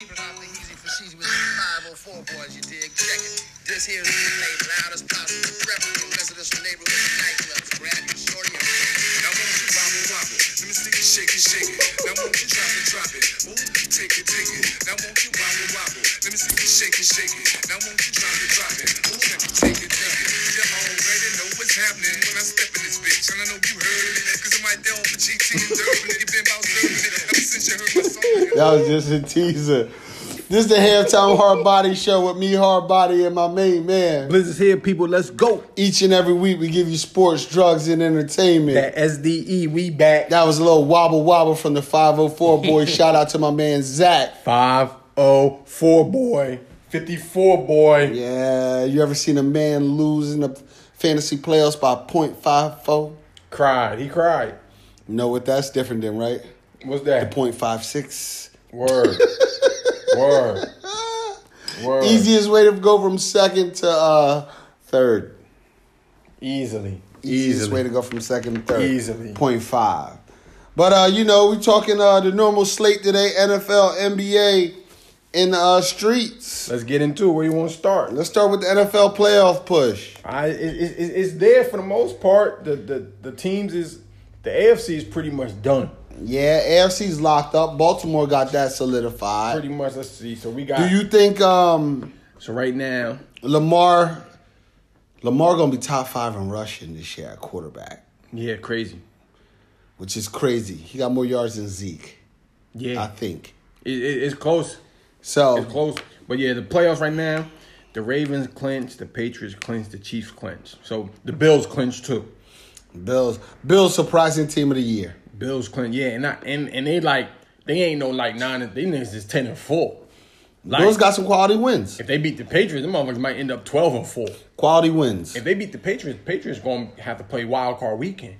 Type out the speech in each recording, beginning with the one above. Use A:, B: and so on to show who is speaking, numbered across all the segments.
A: Keeping off the easy procedure with these 504 boys, you dig? Check it. This here is the play, loud as possible. Replica residential neighborhood nightclubs. Grab your shorty and Now won't you rock it, rock it? Let me see you shake it, shake it. Now won't you drop it, drop it? Ooh, take it, take it. Now won't you wobble, wobble? Let me see you shake it, shake it. Now won't you drop it, drop it? Ooh, take it, take it, take it. You already know what's happening when I step in this bitch, and I know you heard it. Cause I'm right there on the GT and Durban, and you been about serving it ever since you heard my song.
B: That was just a teaser. This is the halftime hard body show with me, hard body, and my main man.
C: Blizz is here, people. Let's go.
B: Each and every week, we give you sports, drugs, and entertainment.
C: That SDE, we back.
B: That was a little wobble wobble from the 504 boy. Shout out to my man Zach.
C: 504 boy. 54 boy.
B: Yeah, you ever seen a man lose in the fantasy playoffs by .54?
C: Cried. He cried.
B: Know what that's different than, right?
C: What's that?
B: .56.
C: Word. Word. Word.
B: Easiest way to go from second to uh, third.
C: Easily.
B: Easiest way to go from second to third.
C: Easily.
B: Point five. But uh, you know, we talking uh the normal slate today, NFL, NBA, and uh streets.
C: Let's get into it. Where you want to start?
B: Let's start with the NFL playoff push.
C: I, it, it, it- it's there for the most part. The, the, the teams is, the AFC is pretty much done.
B: Yeah, AFC's locked up. Baltimore got that solidified.
C: Pretty much, let's see. So we got.
B: Do you think um
C: so right now,
B: Lamar Lamar gonna be top five in rushing this year at quarterback,
C: yeah, crazy.
B: which is crazy. He got more yards than Zeke,
C: Yeah.
B: I think.
C: It, it, it's close.
B: So
C: It's close. But yeah, the playoffs right now, the Ravens clinch, the Patriots clinch, the Chiefs clinch. So the Bills clinch too.
B: Bills Bills surprising team of the year.
C: Bills clinch, yeah, and not and, and they like they ain't no like nine and they niggas is ten and four. Like
B: Bills got some quality wins.
C: if they beat the Patriots, them motherfuckers might end up twelve and four.
B: Quality wins.
C: If they beat the Patriots, Patriots gonna have to play wild card weekend.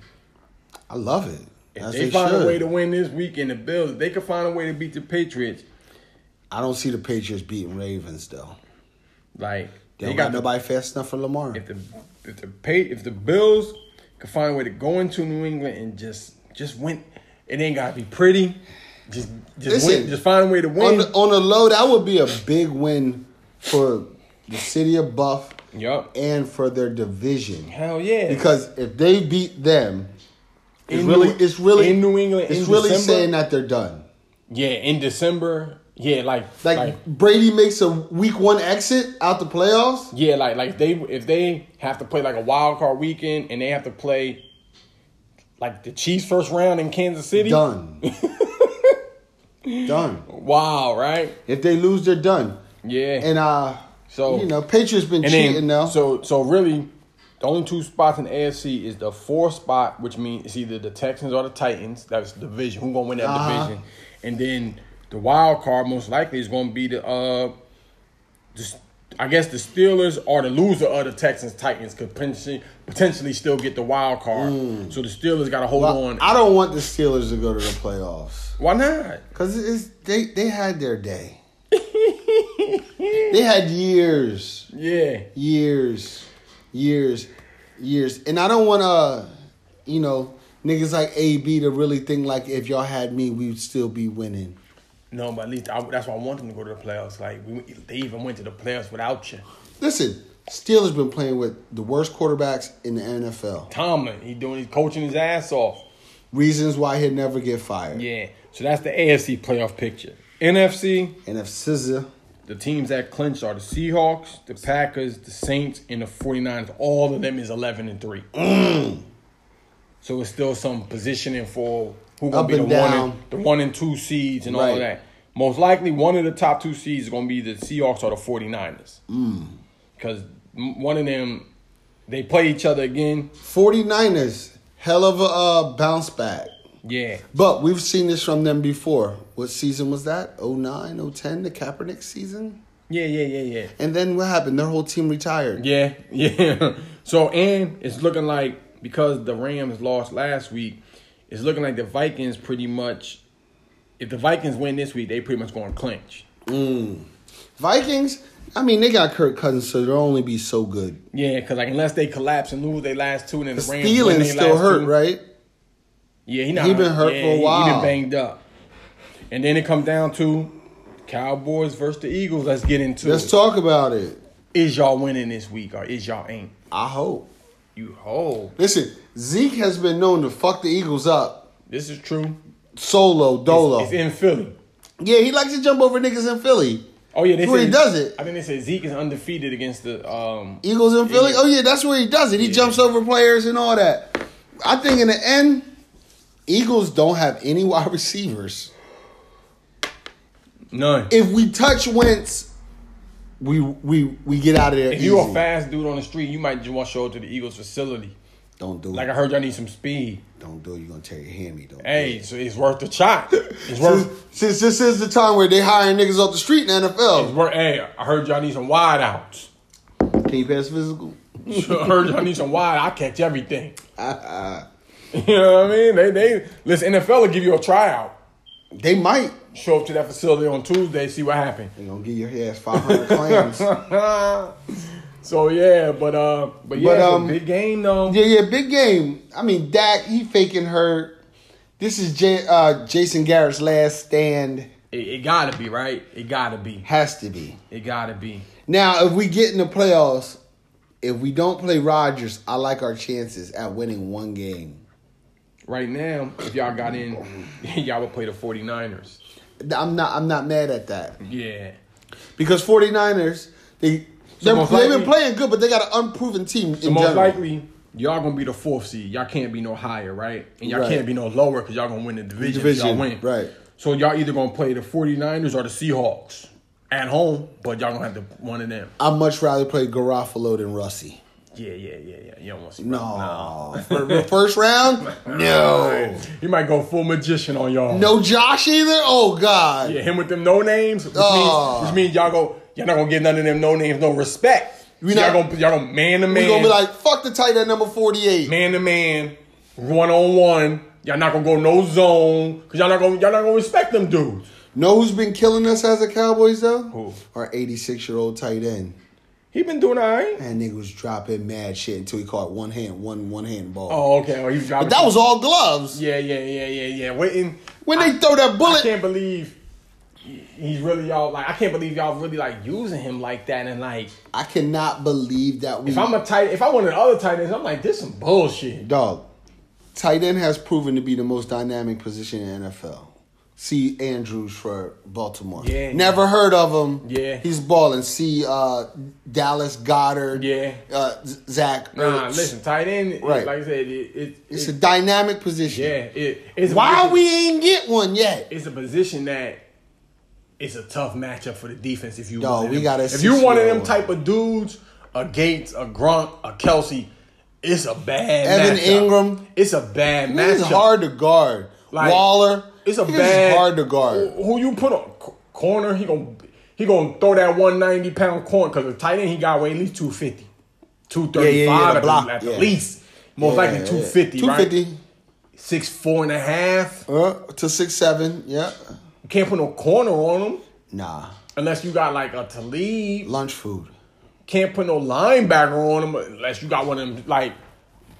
B: I love it.
C: If
B: As
C: they,
B: they
C: find
B: should.
C: a way to win this weekend, the Bills, if they can find a way to beat the Patriots,
B: I don't see the Patriots beating Ravens though.
C: like
B: They, don't got, nobody fast enough for Lamar.
C: if the if the pay if the Bills could find a way to go into New England and just just win, it ain't gotta be pretty. Just just
B: Listen,
C: win, just find a way to
B: on
C: win.
B: the, on the low, that would be a big win for the city of Buff
C: Yup.
B: and for their division.
C: Hell yeah.
B: Because if they beat them, it's
C: In
B: really,
C: New-
B: it's really
C: in New England,
B: It's
C: in
B: really
C: December?
B: saying that they're done.
C: yeah, in December, yeah, like
B: Like
C: like,
B: Brady makes a week one exit out the playoffs.
C: yeah, like like if they if they have to play like a wild card weekend and they have to play like the Chiefs first round in Kansas City.
B: Done. done.
C: Wow, right?
B: If they lose, they're done.
C: Yeah.
B: And uh,
C: So-
B: you know, Patriots been
C: And
B: cheating
C: then,
B: though.
C: so so really, the only two spots in the AFC is the four spot, which means it's either the Texans or the Titans. That's the division. Who's gonna win that
B: Uh-huh.
C: division? And then the wild card most likely is gonna be the uh, just I guess the Steelers or the loser of the Texans Titans could potentially potentially still get the wild card. So the Steelers got to hold on.
B: Mm. I don't want the Steelers to go to the playoffs
C: Why not?
B: because it's they they had their day. they had years,
C: Yeah,
B: years, years, years, and I don't want to, you know, niggas like AB to really think like if y'all had me, we'd still be winning.
C: no, but at least I, that's why I want them to go to the playoffs. Like we, they even went to the playoffs without you.
B: Listen, Steelers been playing with the worst quarterbacks in the NFL.
C: Tomlin, he doing, he's coaching his ass off.
B: Reasons why he'd never get fired.
C: Yeah. So that's the AFC playoff picture. NFC,
B: And if SZA,
C: the teams that clinch are the Seahawks, the Packers, the Saints, and the 49ers. All of them is 11 and 3. So it's still some positioning for who going
B: Up
C: to be the
B: and
C: one, and,
B: down.
C: the one and two seeds and all
B: Right.
C: of that. Most likely, one of the top two seeds is going to be the Seahawks or the 49ers.
B: Mm.
C: Because one of them, they play each other again.
B: 49ers, hell of a uh, bounce back.
C: Yeah.
B: But we've seen this from them before. What season was that? 09, 010, the Kaepernick season?
C: Yeah, yeah, yeah, yeah.
B: And then what happened? Their whole team retired.
C: Yeah, yeah. So and it's looking like because the Rams lost last week, it's looking like the Vikings pretty much. If the Vikings win this week, they pretty much going to clinch.
B: Vikings, I mean, they got Kirk Cousins, so they'll only be so good.
C: Yeah, because like unless they collapse and lose their last two, and then the, Rams win
B: Stealing
C: their
B: still
C: last
B: hurt,
C: two-
B: right?
C: Yeah, he not
B: He been hurt
C: Yeah,
B: for a
C: He
B: while.
C: been banged up, and then it comes down to Cowboys versus the Eagles. Let's get into
B: Let's
C: it.
B: talk about it.
C: is y'all winning this week or is y'all ain't?
B: I hope.
C: You oh, hold.
B: Listen, Zeke has been known to fuck the Eagles up
C: This is true.
B: solo, dolo.
C: It's in Philly.
B: yeah, he likes to jump over niggas in Philly.
C: Oh yeah, they
B: That's where
C: said-
B: he does it.
C: I think they said Zeke is undefeated against the um
B: Eagles in Philly.
C: Yeah.
B: Oh yeah, that's where he does it. He
C: Yeah.
B: jumps over players and all that. I think in the end, Eagles don't have any wide receivers.
C: none.
B: If we touch Wentz, we we we get out of there.
C: If you a
B: easy.
C: fast dude on the street, you might just want to show up to the Eagles facility.
B: don't do
C: Like
B: it.
C: I heard y'all need some speed.
B: don't do it. You're gonna tear your hammy. Don't. do
C: Hey,
B: it.
C: so it's worth the shot. It's
B: Since,
C: worth
B: since this is the time where they hiring niggas off the street in the
C: it's
B: NFL,
C: worth hey, I heard y'all need some wide outs.
B: can you pass physical?
C: I heard y'all need some wide, I catch everything.
B: Uh,
C: You know what I mean? They they listen, NFL will give you a tryout.
B: They might.
C: Show up to that facility on Tuesday, see what happened.
B: They gonna give your ass five hundred claims. yeah,
C: so yeah, but uh, but yeah,
B: But,
C: it's a
B: um,
C: big game though.
B: yeah, big game. I mean, Dak he faking hurt. This is J- uh, Jason Garrett's last stand.
C: It, it gotta be right. It gotta be.
B: Has to be.
C: It gotta be.
B: Now, if we get in the playoffs, if we don't play Rodgers, I like our chances at winning one game.
C: Right now, if y'all got in, y'all would play the 49ers.
B: I'm not. I'm not mad at that
C: Yeah.
B: because 49ers they they're,
C: most
B: they've been
C: likely-
B: playing good, but they got an unproven team.
C: So
B: in
C: most
B: general.
C: likely, y'all gonna be the fourth seed. Y'all can't be no higher, right? And y'all all
B: Right.
C: can not be no lower because y'all gonna win the division. if
B: Division,
C: y'all win.
B: right.
C: So y'all either gonna play the 49ers or the Seahawks at home, but y'all gonna have to one of them.
B: I'd much rather play Garofalo than Russie.
C: Yeah, yeah, yeah, yeah. You don't want to see
B: No, For- for first round, no,
C: He might go full magician on y'all.
B: no Josh either. Oh God,
C: Yeah, him with them no names, which,
B: Oh.
C: means, which means y'all go, y'all not gonna give none of them no names no respect.
B: We
C: y'all
B: not-
C: gonna y'all gonna man to
B: we gonna
C: man,
B: be like fuck the tight end number forty eight.
C: man to man, one on one. Y'all not gonna go no zone because y'all not gonna y'all not gonna respect them dudes.
B: Know who's been killing us as a Cowboys though?
C: Who?
B: Our 86 year old tight end.
C: He been doing all right.
B: That nigga was dropping mad shit until he caught one hand, one one hand ball.
C: Oh, okay. Oh, he was dropping.
B: But that was all gloves.
C: Yeah, yeah, yeah, yeah, yeah. Waiting.
B: When they throw that
C: I
B: bullet,
C: can't believe he- he's really y'all like. I can't believe y'all really like using him like that and like.
B: I, cannot believe that we.
C: If I'm a tight, if I wanted other tight ends, I'm like this some bullshit.
B: dog, tight end has proven to be the most dynamic position in the NFL. See Andrews for Baltimore.
C: Yeah.
B: Never heard of him.
C: Yeah.
B: He's balling. See uh, Dallas Goddard.
C: Yeah.
B: Uh, Z- Zach.
C: Nah,
B: Ertz.
C: listen, tight end.
B: Right.
C: Right. Like I said, it, it,
B: It's
C: it,
B: a dynamic position.
C: yeah, it, it's a
B: Why
C: position-
B: we ain't get one yet?
C: It's a position that it's a tough matchup for the defense. If you
B: Dog,
C: one of
B: we
C: them-
B: got a
C: if you one of them
B: six-year-old.
C: type of dudes, a Gates, a Grunt, a Kelsey, it's a bad.
B: Evan
C: matchup.
B: Ingram.
C: It's a bad matchup.
B: This is hard to guard.
C: Like,
B: Waller.
C: It's a
B: this
C: bad.
B: Is hard to guard.
C: Who, who you put on c- corner? He gonna he gonna throw that one ninety pound corner because the tight end he got weigh at least 250, 235
B: Yeah, yeah, yeah, the
C: at,
B: block,
C: the, at
B: yeah.
C: the least. Most likely 250,
B: Two
C: right?
B: fifty.
C: Six, four and a half.
B: Uh, to six seven. Yeah.
C: You can't put no corner on him
B: Nah.
C: unless you got like a Talib.
B: Lunch food.
C: Can't put no linebacker on him unless you got one of them like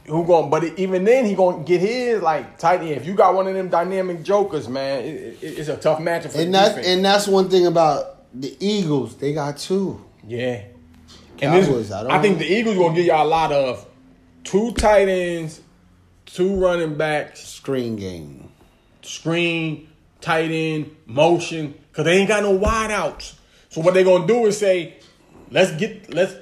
C: who going. But even then, he gonna get his like tight end. If you got one of them dynamic jokers, man, it, it, it's a tough matchup for
B: And
C: the
B: that
C: defense.
B: and that's one thing about the Eagles. They got two.
C: Yeah. And this,
B: Cowboys, I
C: I,
B: don't
C: think
B: know.
C: the Eagles gonna give y'all a lot of two tight ends, two running backs,
B: Screen game.
C: screen, tight end, motion, cause they ain't got no wide outs. So what they gonna do is say, let's get let's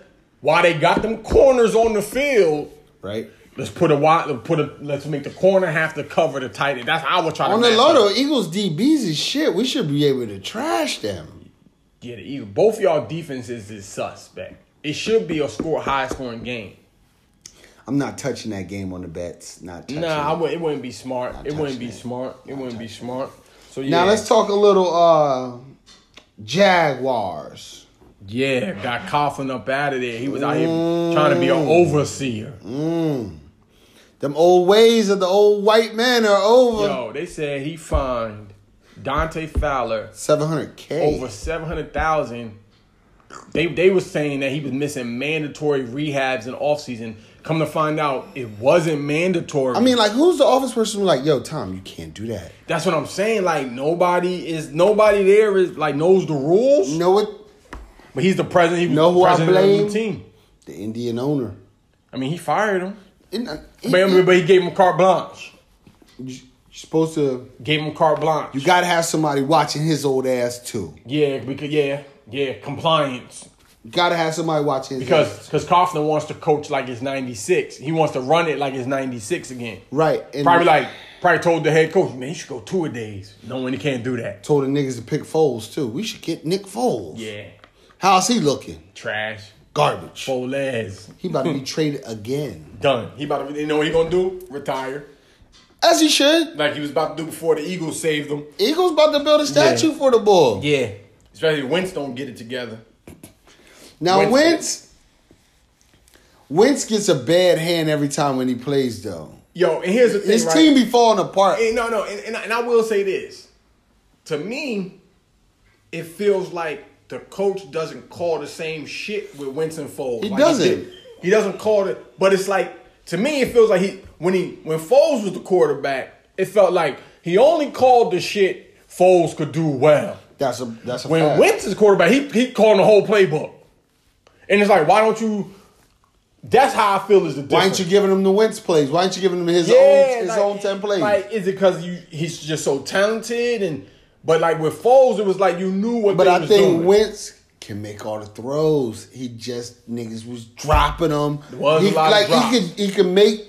C: while they got them corners on the field,
B: Right.
C: let's put a wide put a let's make the corner have to cover the tight end. That's how we're trying
B: On
C: to
B: the
C: match
B: low
C: up.
B: though, Eagles DBs is shit. We should be able to trash them.
C: Yeah, the Eagles. Both of y'all defenses is suspect. It should be a score high scoring game.
B: I'm not touching that game on the bets. Not touching.
C: Nah,
B: it.
C: I would, it wouldn't be smart. It wouldn't be
B: touching it.
C: smart. It wouldn't be smart. So yeah,
B: Now let's talk a little uh Jaguars.
C: yeah, got Coughlin up out of there. He was out here trying to be an
B: Mm.
C: overseer.
B: Them old ways of the old white men are over.
C: Yo, they said he fined Dante Fowler
B: 700K.
C: over seven hundred thousand. They they were saying that he was missing mandatory rehabs in offseason Come to find out, it wasn't mandatory.
B: I mean, like, who's the office person who's like, yo, Tom, you can't do that?
C: that's what I'm saying. Like nobody is nobody there is like knows the rules.
B: You know what?
C: But he's the president. He was
B: Know
C: the
B: who I
C: president
B: blame?
C: of the team.
B: The Indian owner. uh,
C: I mean, he fired him.
B: Isn't that-
C: But, I mean, but he gave him carte blanche.
B: You're supposed to.
C: Gave him carte blanche.
B: You gotta have somebody watching his old ass too.
C: yeah, because yeah, yeah, compliance.
B: You gotta have somebody watching his
C: Because
B: ass.
C: because Coughlin wants to coach like it's '96. He wants to run it like it's '96 again.
B: right. And
C: Probably like probably told the head coach, man, you should go two a days. Knowing he can't do that.
B: told the niggas to pick Foles too. We should get Nick Foles.
C: Yeah,
B: How's he looking?
C: trash.
B: Garbage.
C: Full ass.
B: He about to be traded again.
C: Done. He about to. You know what he gonna do? Retire.
B: As he should.
C: Like he was about to do before the Eagles saved him.
B: Eagles about to build a statue
C: Yeah.
B: for the bull.
C: Yeah. Especially if Wentz don't get it together.
B: Now
C: Wentz-
B: Wentz, Wentz gets a bad hand every time when he plays though.
C: Yo, and here's the thing.
B: His
C: right?
B: team be falling apart.
C: Hey, no, no, and, and, I- and I will say this. To me, it feels like the coach doesn't call the same shit with Winston Foles.
B: He
C: Like,
B: doesn't.
C: did- he doesn't call it, but it's like to me, it feels like he when he when Foles was the quarterback, it felt like he only called the shit Foles could do well.
B: That's a that's a
C: When
B: fact.
C: Wentz is quarterback, he he calling the whole playbook, and it's like, why don't you? That's how I feel is the difference.
B: Why ain't you giving him the Wentz plays? Why ain't you giving him his own his
C: like-
B: own ten plays?
C: Like, is it because you he's just so talented and? But like with Foles, it was like you knew what.
B: but
C: they
B: I
C: was
B: think
C: doing.
B: Wentz can make all the throws. He just niggas was dropping them.
C: was a
B: he,
C: lot of
B: like
C: drops.
B: he could he could make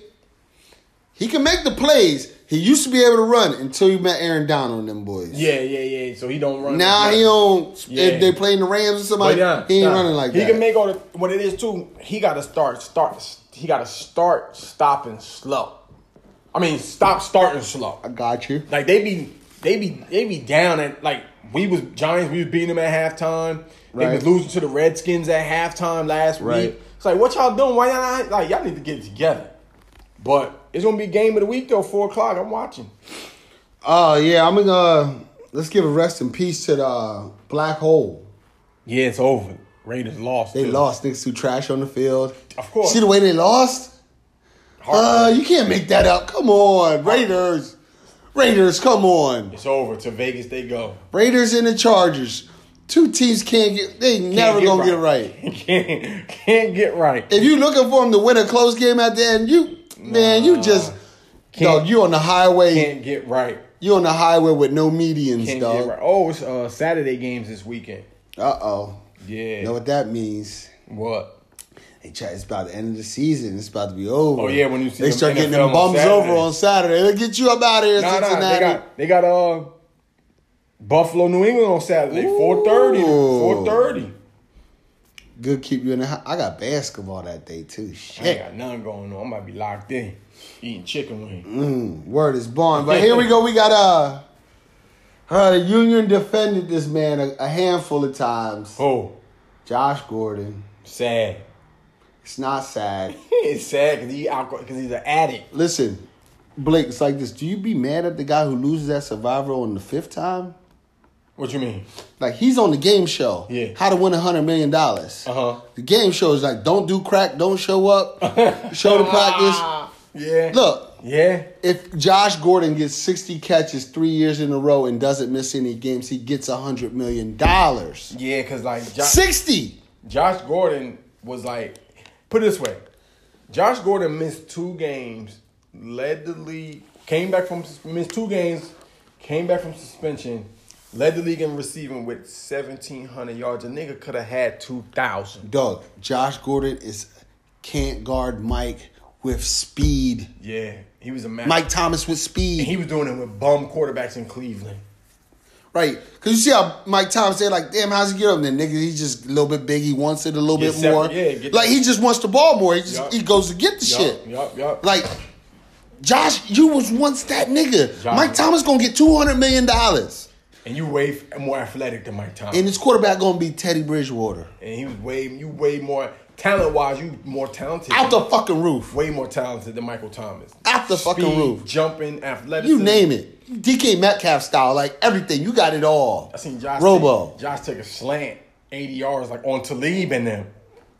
B: he can make the plays. He used to be able to run until you met Aaron Donald and them boys.
C: yeah, yeah, yeah. So he don't run.
B: Now he don't.
C: Yeah.
B: If they playing the Rams or
C: But
B: somebody,
C: yeah,
B: he ain't
C: nah.
B: running like
C: he
B: that.
C: can make all the. What it is too, he got to start, start. He got to start stopping slow. I mean, stop starting slow.
B: I got you.
C: Like they be they be they be down at like we was Giants, we was beating them at halftime. They
B: Right.
C: was losing to the Redskins at halftime last
B: Right.
C: week. It's like what y'all doing? Why y'all not like y'all need to get it together? But it's gonna be game of the week though, four o'clock. I'm watching.
B: Oh yeah, I'm gonna uh, let's give a rest in peace to the uh, black hole.
C: Yeah, it's over. Raiders lost.
B: They
C: too.
B: lost niggas who trash on the field.
C: Of course.
B: See the way they lost? Uh,
C: Heartbreak.
B: you can't make that up. Come on, Raiders. Raiders, come on.
C: it's over. To Vegas they go.
B: Raiders and the Chargers. Two teams can't get. They never
C: get
B: gonna
C: right.
B: get right.
C: can't can't get right.
B: If you looking for them to win a close game at the end, you man, you just
C: Can't-
B: dog. You on the highway.
C: Can't get right.
B: You on the highway with no medians,
C: Can't get right.
B: dog.
C: Oh, it's uh, Saturday games this weekend.
B: Uh oh.
C: Yeah.
B: Know what that means?
C: What?
B: They try, it's about the end of the season. It's about to be over.
C: Oh, yeah, when you see
B: they
C: them
B: start getting
C: NFL
B: them
C: on
B: bums
C: Saturday.
B: over on Saturday, they'll get you up out of here,
C: Nah, nah,
B: Cincinnati.
C: they got they got uh Buffalo, New England on Saturday, four thirty, four thirty.
B: Good keep you in the house. I got basketball that day too.
C: I ain't
B: Shit,
C: got nothing going on. I might be locked in eating chicken wings.
B: word is born. But here we go. We got uh, uh, the union defended this man a, a handful of times.
C: Oh,
B: Josh Gordon.
C: sad.
B: It's not sad.
C: it's sad because he because he's an addict.
B: Listen, Blake. It's like this. Do you be mad at the guy who loses that Survivor on the fifth time?
C: What you mean?
B: Like he's on the game show.
C: Yeah.
B: How to win a hundred million dollars.
C: Uh-huh.
B: The game show is like don't do crack, don't show up, show the practice.
C: Yeah.
B: Look,
C: Yeah.
B: if Josh Gordon gets sixty catches three years in a row and doesn't miss any games, he gets a hundred million dollars.
C: Yeah, because like Josh,
B: Sixty.
C: Josh Gordon was like, put it this way, Josh Gordon missed two games, led the league, came back from missed two games, came back from suspension, led the league in receiving with seventeen hundred yards. A nigga could have had two thousand.
B: Dog, Josh Gordon is can't guard Mike with speed.
C: Yeah, he was a man.
B: Mike Thomas with speed.
C: he was doing it with bum quarterbacks in Cleveland.
B: Right. Cause you see how Mike Thomas said, like, damn, how's he get up? And then nigga, he's just a little bit big, he wants it a little
C: Get
B: bit
C: separate,
B: more.
C: yeah, get-
B: like he just wants the ball more. He just
C: Yup.
B: he goes to get the
C: Yup,
B: shit.
C: yup, yup.
B: Like, Josh, you was once that nigga.
C: Josh.
B: Mike Thomas gonna get two hundred million dollars.
C: And you way f- more athletic than Mike Thomas.
B: And his quarterback gonna be Teddy Bridgewater.
C: and he was way you way more talent wise. You more talented.
B: Out the fucking roof.
C: way more talented than Michael Thomas.
B: Out the fucking
C: Speed,
B: roof.
C: Jumping, athleticism.
B: You name it. DK Metcalf style, like everything. You got it all.
C: I seen Josh.
B: Robo.
C: Take, Josh take a slant, eighty yards, like on Talib and them,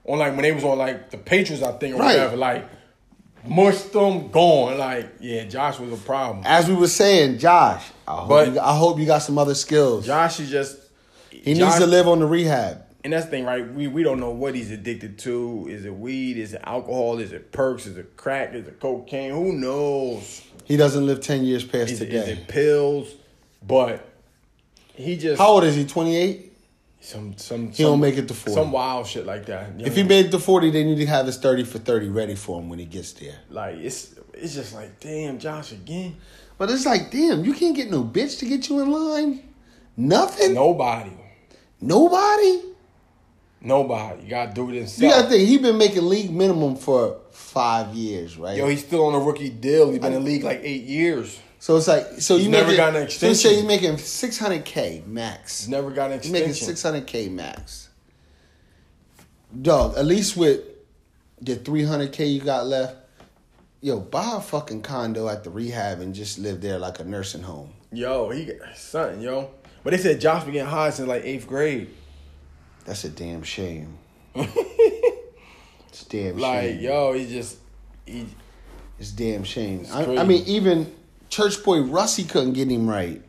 C: on like when they was on like the Patriots, I think, or
B: Right.
C: whatever. Like mushed them, gone. Like, yeah, Josh was a problem.
B: As we were saying, Josh, I hope,
C: But-
B: you, I hope you got some other skills.
C: Josh is just
B: he needs to live on the rehab.
C: And that's the thing, right? We we don't know what he's addicted to. Is it weed? Is it alcohol? Is it perks? Is it crack? Is it cocaine? Who knows?
B: He doesn't live 10 years past
C: Is, it,
B: today.
C: is it pills? But he just
B: How old is he? 28?
C: some some
B: He don't make it to 40.
C: Some wild shit like that. you
B: If he
C: know?
B: made it to 40, they need to have his 30 for 30 ready for him when he gets there.
C: like it's it's just like damn, Josh again.
B: But it's like, damn, you can't get no bitch to get you in line. Nothing.
C: Nobody,
B: Nobody.
C: nobody. You gotta do it
B: You
C: himself.
B: gotta think he been making league minimum for five years, right?
C: Yo, he's still on a rookie deal. He's been in the league like eight years.
B: so it's like so
C: He's
B: you
C: never
B: making-
C: gotten an
B: So you say
C: extension.
B: he's making six hundred k max.
C: He's never got an
B: He's making
C: extension.
B: six hundred k max. Dog, at least with the three hundred k you got left, yo, buy a fucking condo at the rehab and just live there like a nursing home.
C: Yo, he got something, yo. But they said Josh been getting high since like eighth grade.
B: That's a damn shame. it's a damn
C: Like,
B: shame.
C: yo, he just he
B: It's damn shame.
C: crazy.
B: I, I mean, even church boy Russie couldn't get him right.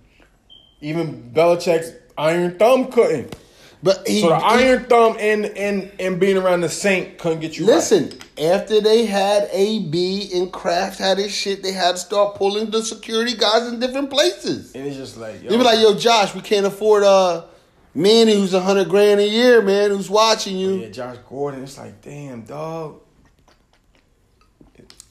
C: even Belichick's iron thumb couldn't.
B: But he,
C: So the
B: he-
C: iron thumb and and and being around the saint couldn't get you. right.
B: listen. After they had AB and Kraft had his shit, they had to start pulling the security guys in different places.
C: and it's just like yo,
B: They be like, "Yo, Josh, we can't afford uh Manny, who's a hundred grand a year, man, who's watching you."
C: yeah, Josh Gordon. It's like, damn, dog.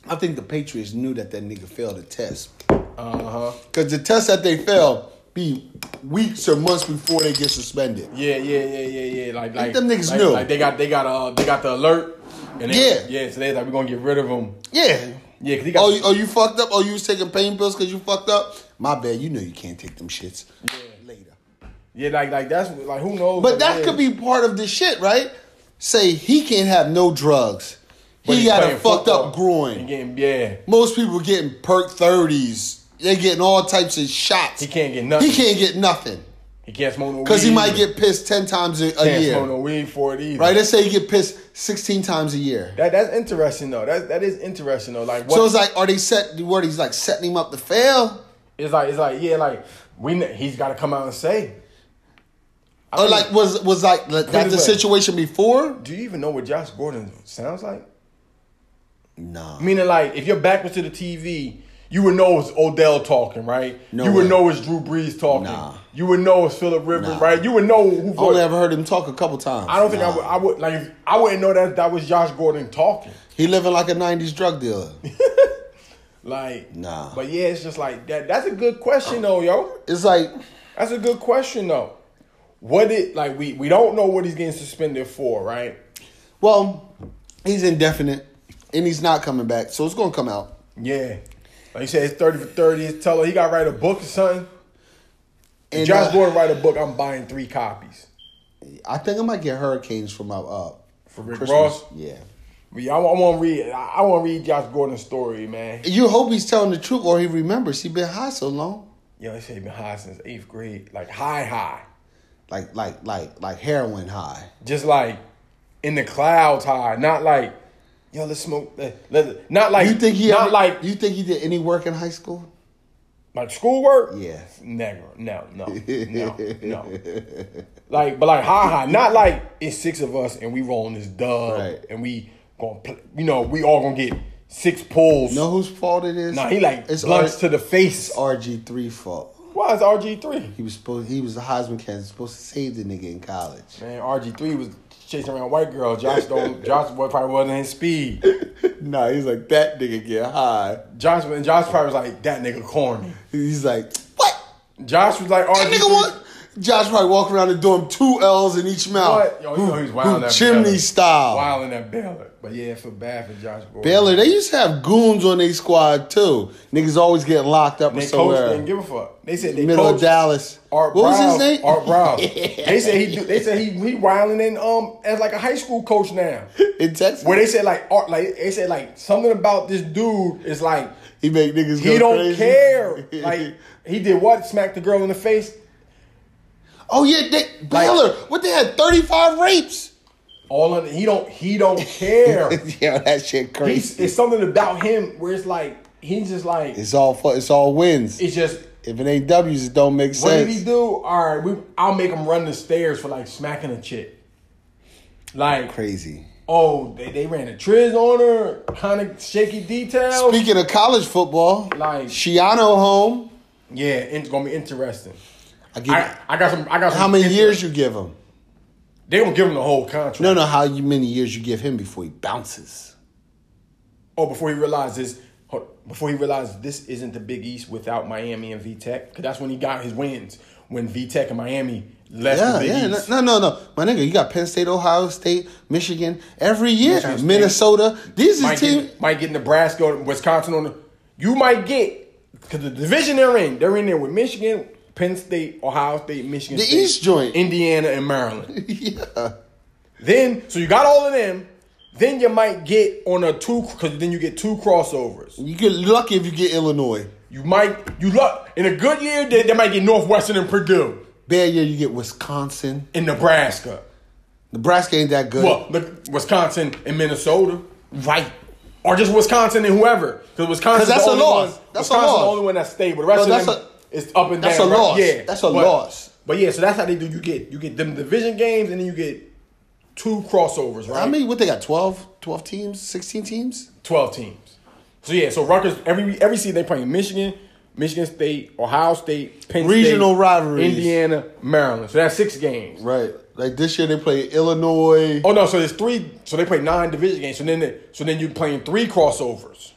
B: I think the Patriots knew that that nigga failed the test
C: Uh huh.
B: because the test that they failed be weeks or months before they get suspended.
C: Yeah, yeah, yeah, yeah, yeah. Like, like
B: them niggas
C: like,
B: knew.
C: Like they got, they got, uh, they got the alert. And they,
B: Yeah.
C: yeah. So they like, we're gonna get rid of him.
B: Yeah.
C: Yeah, 'cause he got-
B: Oh, you, oh, you fucked up. Oh, you was taking pain pills because you fucked up. My bad. You know you can't take them shits later.
C: Yeah, like, like that's like who knows.
B: But that
C: yeah.
B: could be part of the shit, right? Say he can't have no drugs.
C: But
B: he
C: he's
B: got a
C: playing
B: fucked up
C: football
B: groin.
C: And getting, yeah,
B: Most people getting perk thirties. They're getting all types of shots.
C: He can't get nothing.
B: He can't get nothing
C: he can't smoke no weed
B: because he might
C: either.
B: get pissed ten times a, a
C: can't smoke
B: year.
C: no weed for it either.
B: Right? Let's say he get pissed sixteen times a year.
C: That that's interesting though. That that is interesting though. Like what
B: So it's like, are they set? The word he's like setting him up to fail.
C: it's like it's like yeah, like we kn- he's got to come out and say. I
B: Or Oh,
C: mean,
B: like was was like that
C: it
B: the
C: this way.
B: situation before?
C: do you even know what Josh Gordon sounds like?
B: No.
C: Meaning like if your back was to the TV, you would know it's Odell talking, right?
B: No
C: you would
B: way.
C: know it's Drew Brees talking.
B: Nah.
C: You would know it's Philip Rivers,
B: Nah.
C: right? You would know who.
B: I only ever heard him talk a couple times.
C: I don't think
B: Nah.
C: I would. I would like. if- I wouldn't know that that was Josh Gordon talking.
B: He living like a '90s drug dealer.
C: Like,
B: Nah.
C: But yeah, it's just like that. That's a good question though, yo.
B: It's like
C: That's a good question though. What it like we we don't know what he's getting suspended for, right?
B: Well, he's indefinite and he's not coming back, so it's gonna come out.
C: Yeah. Like you said, it's 30 for 30. It's tell her he got to write a book or something.
B: And
C: Josh
B: uh,
C: Gordon write a book, I'm buying three copies.
B: I think I might get hurricanes from my uh
C: For Rick
B: Christmas.
C: Ross?
B: Yeah.
C: But yeah, I, want to read I, I want to read Josh Gordon's story, man.
B: You hope he's telling the truth or he remembers. He been high so long.
C: Yo, he said he been high since 8th grade. Like high high.
B: Like like like like heroin high.
C: Just like in the clouds high, not like yo, let's smoke. Let, let- not like
B: You think he
C: not
B: ever-
C: like
B: you think he did any work in high school?
C: Like schoolwork?
B: Yeah.
C: Never. No, no, no, no. Like, but like, ha ha. Not like it's six of us and we rolling this dub
B: Right.
C: and we gonna, pl- you know, we all gonna get six pulls.
B: Know whose fault it is?
C: Nah, he like
B: it's
C: blunts
B: R-
C: to the face.
B: RG three fault.
C: Why is RG3?
B: He was supposed. He was the Heisman candidate. Supposed to save the nigga in college.
C: Man, RG3 was chasing around white girls. Josh don't, Josh boy probably wasn't his speed.
B: nah, he's like that nigga get high.
C: Josh, and Josh probably was like, that nigga corny.
B: He's like what?
C: Josh was like,
B: That
C: RG3.
B: nigga what? Josh probably walk around the dorm two L's in each mouth.
C: What? Yo, you know he's wild
B: Who
C: at
B: Oh. chimney
C: Baylor.
B: style.
C: Wilding at Baylor. But yeah, I feel bad for Josh Gordon.
B: Baylor, they used to have goons on their squad too. Niggas always getting locked up or
C: They
B: somewhere.
C: coach didn't give a fuck. They said they
B: Middle
C: coach,
B: of Dallas.
C: Art
B: what
C: Briles-
B: was his name?
C: Art Briles. they said he. do- They said he. He wilding in um as like a high school coach now.
B: in Texas.
C: Where they said like art like they said like something about this dude is like
B: he make niggas
C: he
B: go
C: don't
B: crazy.
C: care. Like he did what? Smacked the girl in the face
B: oh yeah, they, Baylor. What they had thirty five rapes.
C: All of it, he don't he don't care.
B: yeah, that shit
C: He's,
B: crazy.
C: it's something about him where it's like he's just like
B: It's all fu- it's all wins.
C: it's just
B: if it ain't W's, it don't make
C: What did he
B: sense.
C: do? All right, we, I'll make him run the stairs for like smacking a chick. Like,
B: Crazy.
C: oh, they, they ran a triz on her, kind of shaky details.
B: Speaking of college football,
C: Like-
B: Shiano home.
C: yeah, it's gonna be interesting.
B: I give,
C: I, I got some. I got some
B: how many
C: inter-
B: years you give him?
C: They gonna give him the whole contract.
B: No, no, how you- many years you give him before he bounces?
C: Oh, before he realizes, hold- before he realized this isn't the Big East without Miami and VTech, because that's when he got his wins when VTech and Miami left the
B: Yeah,
C: Big
B: yeah,
C: East.
B: no, no, no, my nigga, you got Penn State, Ohio State, Michigan every year,
C: Michigan State.
B: Minnesota. These is
C: might
B: team.
C: get, might get Nebraska, or Wisconsin on the. You might get because the division they're in, they're in there with Michigan, Penn State, Ohio State, Michigan,
B: The
C: State,
B: East joint.
C: Indiana, and Maryland.
B: Yeah,
C: then so you got all of them. Then you might get on a two because then you get two crossovers.
B: you get lucky if you get Illinois.
C: You might you luck in a good year they, they might get Northwestern and Purdue
B: Bad year, you get Wisconsin.
C: and Nebraska.
B: Nebraska ain't that good.
C: Well, look, Wisconsin and Minnesota, right? Or just Wisconsin and whoever, because Wisconsin
B: 'Cause that's
C: the
B: a
C: only
B: loss.
C: One,
B: That's a
C: Wisconsin's
B: loss.
C: the only one that's stable. The rest
B: No,
C: of
B: that's
C: them
B: a-
C: is up and
B: that's
C: down.
B: a
C: right?
B: loss.
C: Yeah,
B: That's a
C: but-
B: loss.
C: But yeah, so that's how they do. You get you get them division games, and then you get two crossovers, right?
B: I mean, what they got 12, 12 teams, sixteen teams.
C: twelve teams. So yeah, so Rutgers every every season they playing Michigan, Michigan State, Ohio State, Penn
B: Regional
C: State,
B: rivalries.
C: Indiana, Maryland. So that's six games.
B: Right. Like this year, they play Illinois.
C: Oh no, so there's three. So they play nine division games. So then, they, so then you're playing three crossovers.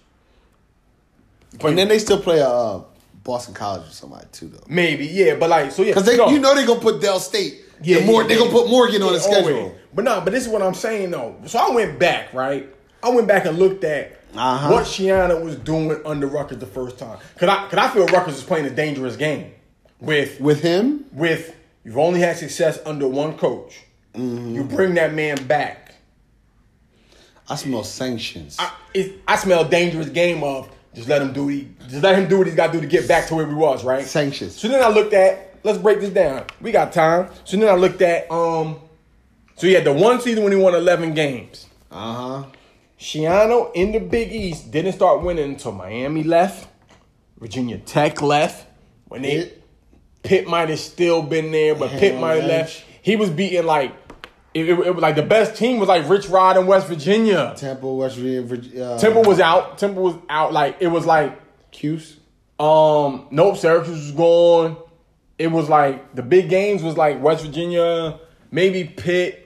C: You play-
B: And then they still play uh, Boston College or somebody too, though.
C: maybe yeah, but like so yeah,
B: Because they,
C: no.
B: you know, they gonna put Dell State. Yeah, more, they gonna put Morgan on the
C: Yeah,
B: schedule.
C: always. But no, but this is what I'm saying though. So I went back, right? I went back and looked at
B: Uh-huh.
C: what Shiana was doing under Rutgers the first time. Cause I, cause I feel Rutgers is playing a dangerous game with
B: With him,
C: with you've only had success under one coach.
B: Mm-hmm.
C: You bring that man back.
B: I smell sanctions.
C: I, it, I smell dangerous game of just let him do he, just let him do what he's got to do to get back to where we was, right?
B: Sanctions.
C: So then I looked at let's break this down. We got time. So then I looked at um, so he had the one season when he won eleven games.
B: Uh huh.
C: Shiano in the Big East didn't start winning until Miami left, Virginia Tech left. When they
B: Pitt.
C: Pitt might have still been there, but Pitt might have
B: Yeah.
C: left. He was beating like it, it, it was like the best team was like Rich Rod in West Virginia.
B: Temple, West Virginia, Virginia uh,
C: Temple was out. Temple was out. Like it was like,
B: Cuse.
C: um, nope. Syracuse was gone. It was like the big games was like West Virginia, maybe Pitt.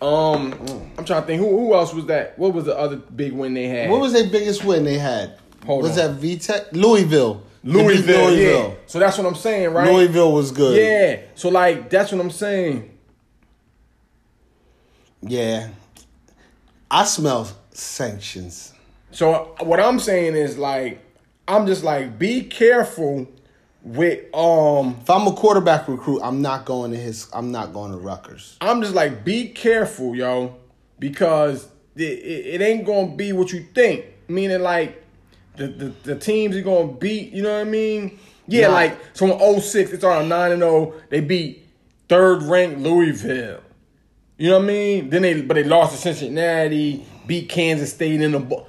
C: Um, I'm trying to think who who else was that? What was the other big win they had?
B: What was their biggest win they had?
C: Hold
B: was
C: on.
B: that VTech? Louisville. They beat
C: Louisville? Yeah. So that's what I'm saying, right?
B: Louisville was good.
C: Yeah. So like that's what I'm saying.
B: Yeah. I smell sanctions.
C: So what I'm saying is like I'm just like be careful with um
B: If I'm a quarterback recruit, I'm not going to his. I'm not going to Rutgers.
C: I'm just like, be careful, yo, because it, it, it ain't gonna be what you think. Meaning, like, the, the, the teams are gonna beat, you know what I mean? Yeah,
B: Nah.
C: like, so in 06, it's on 9 and 0, they beat third ranked Louisville. You know what I mean? Then they, but they lost to Cincinnati, beat Kansas State in the. bo-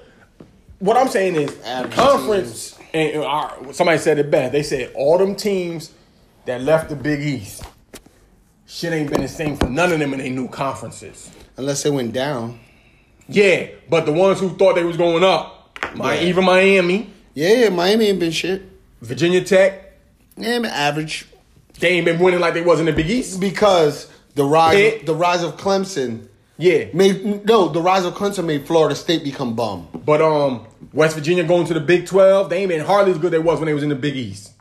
C: What I'm saying is,
B: Average
C: conference, and, and our, somebody said it best. They said, all them teams that left the Big East shit ain't been the same for none of them in their new conferences.
B: Unless they went down.
C: Yeah, but the ones who thought they was going up, my,
B: Yeah.
C: even Miami,
B: Yeah, yeah, Miami ain't been shit.
C: Virginia Tech,
B: Yeah, I'm average.
C: they ain't been winning like they was in the Big East.
B: Because the rise,
C: Pitt.
B: the rise of Clemson
C: Yeah,
B: made no. The rise of Clemson made Florida State become bum.
C: but um, West Virginia going to the Big Twelve, they ain't been hardly as good they was when they was in the Big East,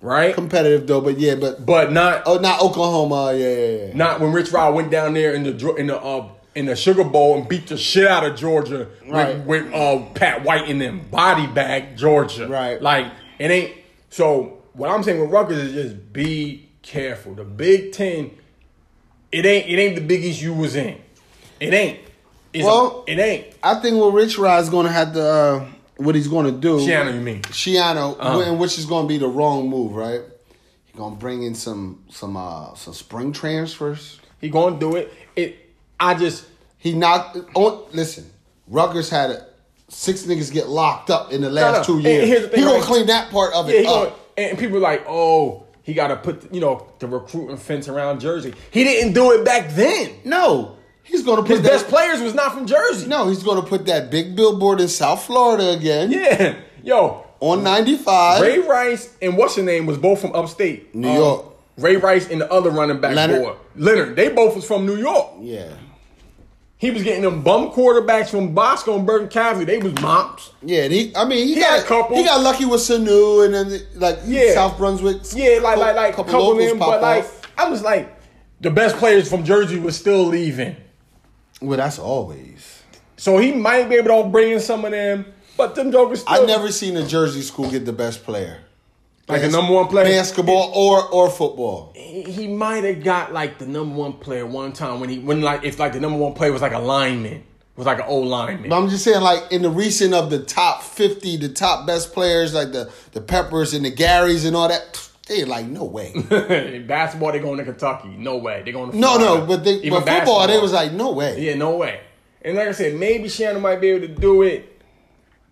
C: right?
B: Competitive though, but yeah, but
C: But not
B: oh, not Oklahoma. Yeah, yeah, yeah.
C: not when Rich Rod went down there in the dr- in the uh, in the Sugar Bowl and beat the shit out of Georgia
B: Right.
C: with, with uh, Pat White in them body bag Georgia.
B: Right.
C: Like it ain't. So what I'm saying with Rutgers is just be careful. The Big Ten, it ain't it ain't the Big East you was in. It ain't. It's
B: Well-
C: it ain't.
B: I think what Rich Rod's going to have to uh, what he's going to do.
C: Shiano, you mean? Uh-huh.
B: Shiano, wh- which is going to be the wrong move, right? He's going to bring in some some uh some spring transfers.
C: He gonna do it. It. I just
B: He knocked. On, listen, Rutgers had a, six niggas get locked up in the last two
C: no. And
B: years.
C: here's the thing,
B: he gonna
C: right?
B: clean that part of
C: Yeah,
B: it
C: he gonna,
B: up.
C: and people are like, oh, he got to put you know the recruiting fence around Jersey. He didn't do it back then.
B: no, he's gonna put
C: His
B: that,
C: best players was not from Jersey.
B: No, he's gonna put that big billboard in South Florida again
C: Yeah, yo,
B: on ninety five.
C: Ray Rice and what's your name was both from upstate
B: New
C: Um,
B: York.
C: Ray Rice and the other running back
B: Leonard.
C: boy Leonard. They both was from New York.
B: Yeah,
C: He was getting them bum quarterbacks from Bosco and Burton Cavs. They was mops.
B: yeah. And he, I mean, he,
C: He
B: got
C: had a couple.
B: He got lucky with Sanu and then like
C: Yeah.
B: South Brunswick.
C: Yeah, like
B: co-
C: like like couple, couple of
B: locals
C: them,
B: pop
C: but like
B: off.
C: I was like, the best players from Jersey was still leaving,
B: well, that's always.
C: so he might be able to bring in some of them. But them jokers still
B: I've never seen a Jersey school get the best player,
C: like the number one player.
B: basketball or or football.
C: He, he might have got like the number one player one time when he when like if like the number one player was like a lineman, was like an old lineman.
B: But I'm just saying, like in the recent of the top fifty, the top best players, like the the Peppers and the Garys and all that, they like no way.
C: In basketball, they going to Kentucky. No way. They going to
B: No,
C: Florida.
B: no, but they,
C: Even
B: but football, they
C: basketball.
B: was like no way.
C: yeah, no way. And like I said, maybe Shannon might be able to do it,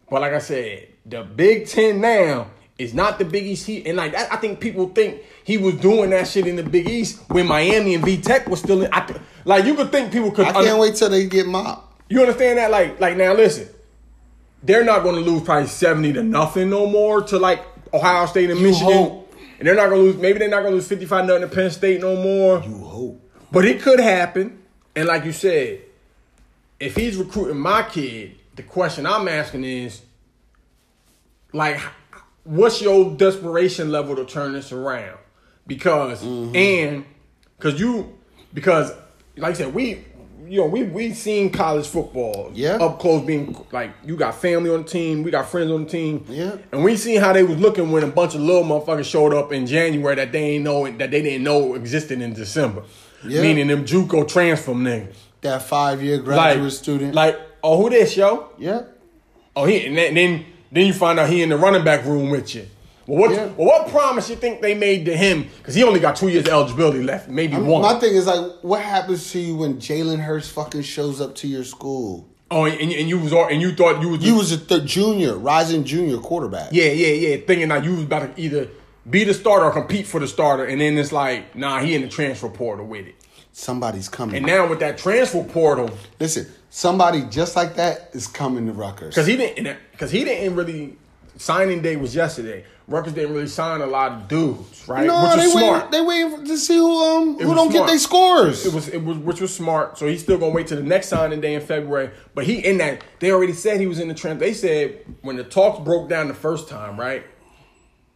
C: but like I said, the Big Ten now is not the Big East. He and like that, I think people think he was doing that shit in the Big East when Miami and V Tech was still in. I, th- like you could think people could.
B: I can't wait till they get mopped.
C: You understand that? Like, like now, listen, they're not going to lose probably seventy to nothing no more to like Ohio State and Michigan,
B: hope.
C: and they're not going to lose. Maybe they're not going to lose fifty five nothing to Penn State no more.
B: You hope.
C: But it could happen. And like you said, if he's recruiting my kid, the question I'm asking is, like, what's your desperation level to turn this around? Because
B: Mm-hmm.
C: and because you because like I said, we you know we we seen college football
B: Yeah.
C: up close being like you got family on the team, we got friends on the team,
B: Yeah.
C: and we seen how they was looking when a bunch of little motherfuckers showed up in January that they ain't know that they didn't know existed in December.
B: Yeah.
C: Meaning them JUCO transfer niggas.
B: That five year
C: Like
B: graduate student.
C: Like, oh who this, yo?
B: yeah.
C: Oh he and then then, then you find out he in the running back room with you. Well what
B: Yeah.
C: well, what promise you think they made to him? Because he only got two years of eligibility left, maybe one.
B: My thing is like, what happens to you when Jalen Hurst fucking shows up to your school?
C: oh and, and, and you was all- and you thought you was
B: You was a th- junior, rising junior quarterback.
C: Yeah, yeah, yeah. Thinking that you was about to either be the starter or compete for the starter, and then it's like, nah, he in the transfer portal with it.
B: Somebody's coming.
C: And now with that transfer portal,
B: Listen, somebody just like that is coming to Rutgers.
C: because he didn't, because he didn't really signing day was yesterday. Rutgers didn't really sign a lot of dudes, right?
B: no,
C: which
B: they
C: was
B: waiting,
C: smart.
B: they waiting to see who um who
C: was
B: don't get
C: smart.
B: their scores.
C: it was, it was, which was smart. So he's still gonna wait till the next signing day in February. But he in that, they already said he was in the trend. They said when the talks broke down the first time, right?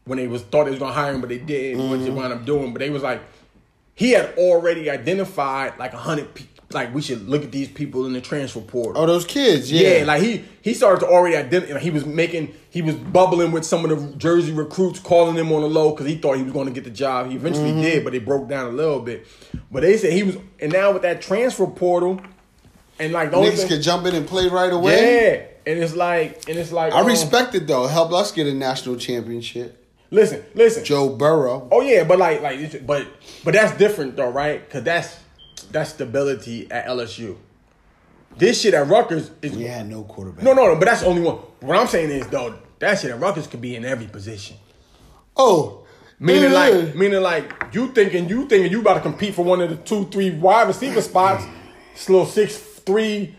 C: When they was thought they was gonna hire him, but they didn't. What
B: Mm-hmm.
C: they wound up doing, but they was like, he had already identified like a hundred. Pe- like we should look at these people in the transfer portal.
B: oh, those kids. Yeah.
C: Yeah, like he he started to already identify. He was making he was bubbling with some of the Jersey recruits, calling them on the low because he thought he was going to get the job. He eventually
B: Mm-hmm.
C: did, but it broke down a little bit. But they said he was, and now with that transfer portal, and like the only
B: niggas
C: thing,
B: could jump in and play right away.
C: yeah, and it's like and it's like
B: I
C: um,
B: respect it though. Helped us get a national championship.
C: Listen, listen.
B: Joe Burrow.
C: Oh yeah, but like like it's- but but that's different though, right? Because that's that's stability at LSU. This shit at Rutgers is
B: We had no quarterback.
C: No, no, no, but that's the only one. What I'm saying is though, that shit at Rutgers could be in every position.
B: Oh,
C: Meaning
B: yeah.
C: like meaning like you thinking you thinking you about to compete for one of the two, three wide receiver spots. This little six three,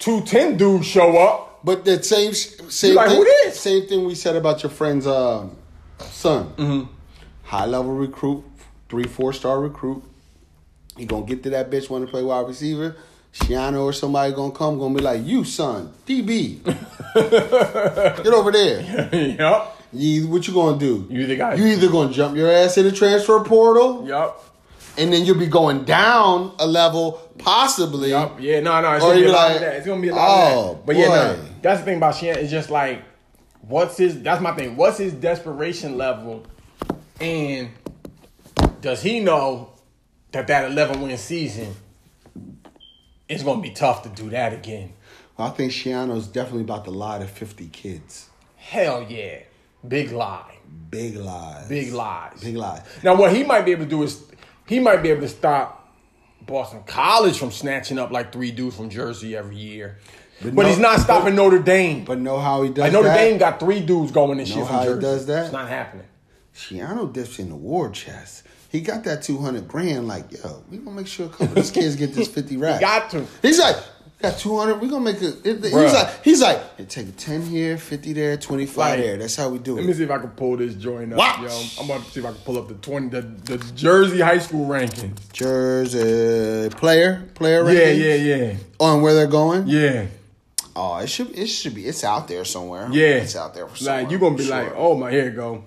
C: two ten dude show up.
B: but that same sh- same
C: You like,
B: thing,
C: who this?
B: same thing we said about your friend's um, son.
C: Mm-hmm.
B: High level recruit, three four star recruit. He gonna get to that bitch want to play wide receiver. Shiano or somebody gonna come gonna be like you son DB. get over there.
C: yup.
B: You, what you gonna do?
C: You either got-
B: you either gonna jump your ass in the transfer portal,
C: Yup.
B: and then you'll be going down a level possibly.
C: Yup. Yeah, no, no, it's
B: Or
C: gonna be
B: Oh, you
C: a lot
B: like,
C: of that. It's gonna be a lot
B: oh,
C: of that. But yeah, no,
B: boy.
C: that's the thing about Shan It's just like what's his that's my thing. What's his desperation level? And does he know that that 11 win season is going to be tough to do that again?
B: I think Shiano's definitely about to lie to 50 kids.
C: Hell yeah. Big lie.
B: Big lies.
C: Big lies.
B: Big lies.
C: Now, what he might be able to do is he might be able to stop Boston College from snatching up like three dudes from Jersey every year. But,
B: no-
C: he's not stopping Notre Dame.
B: But know how he does
C: like Notre
B: that?
C: Dame got three dudes going this
B: Know
C: year from
B: how he
C: Jersey.
B: does that?
C: It's not happening.
B: Shiano dips in the war chest. He got that 200 grand, like, yo, we gonna make sure a couple of these kids get this 50 racks.
C: got to.
B: He's like, got 200, we gonna make a. It, he's
C: Bruh.
B: like, he's like, it take 10 here, 50 there, 25
C: Like,
B: there. That's how we do
C: Let me
B: it.
C: see if I can pull this joint up.
B: Watch.
C: Yo, I'm about to see if I can pull up the twenty the, the Jersey high school rankings.
B: Jersey player, player
C: Yeah,
B: rankings
C: yeah, yeah,
B: On where they're going?
C: yeah,
B: Oh, it should it should be it's out there somewhere.
C: yeah.
B: It's out there for somewhere.
C: Like you're gonna be
B: for
C: like,
B: sure.
C: oh my, here it go,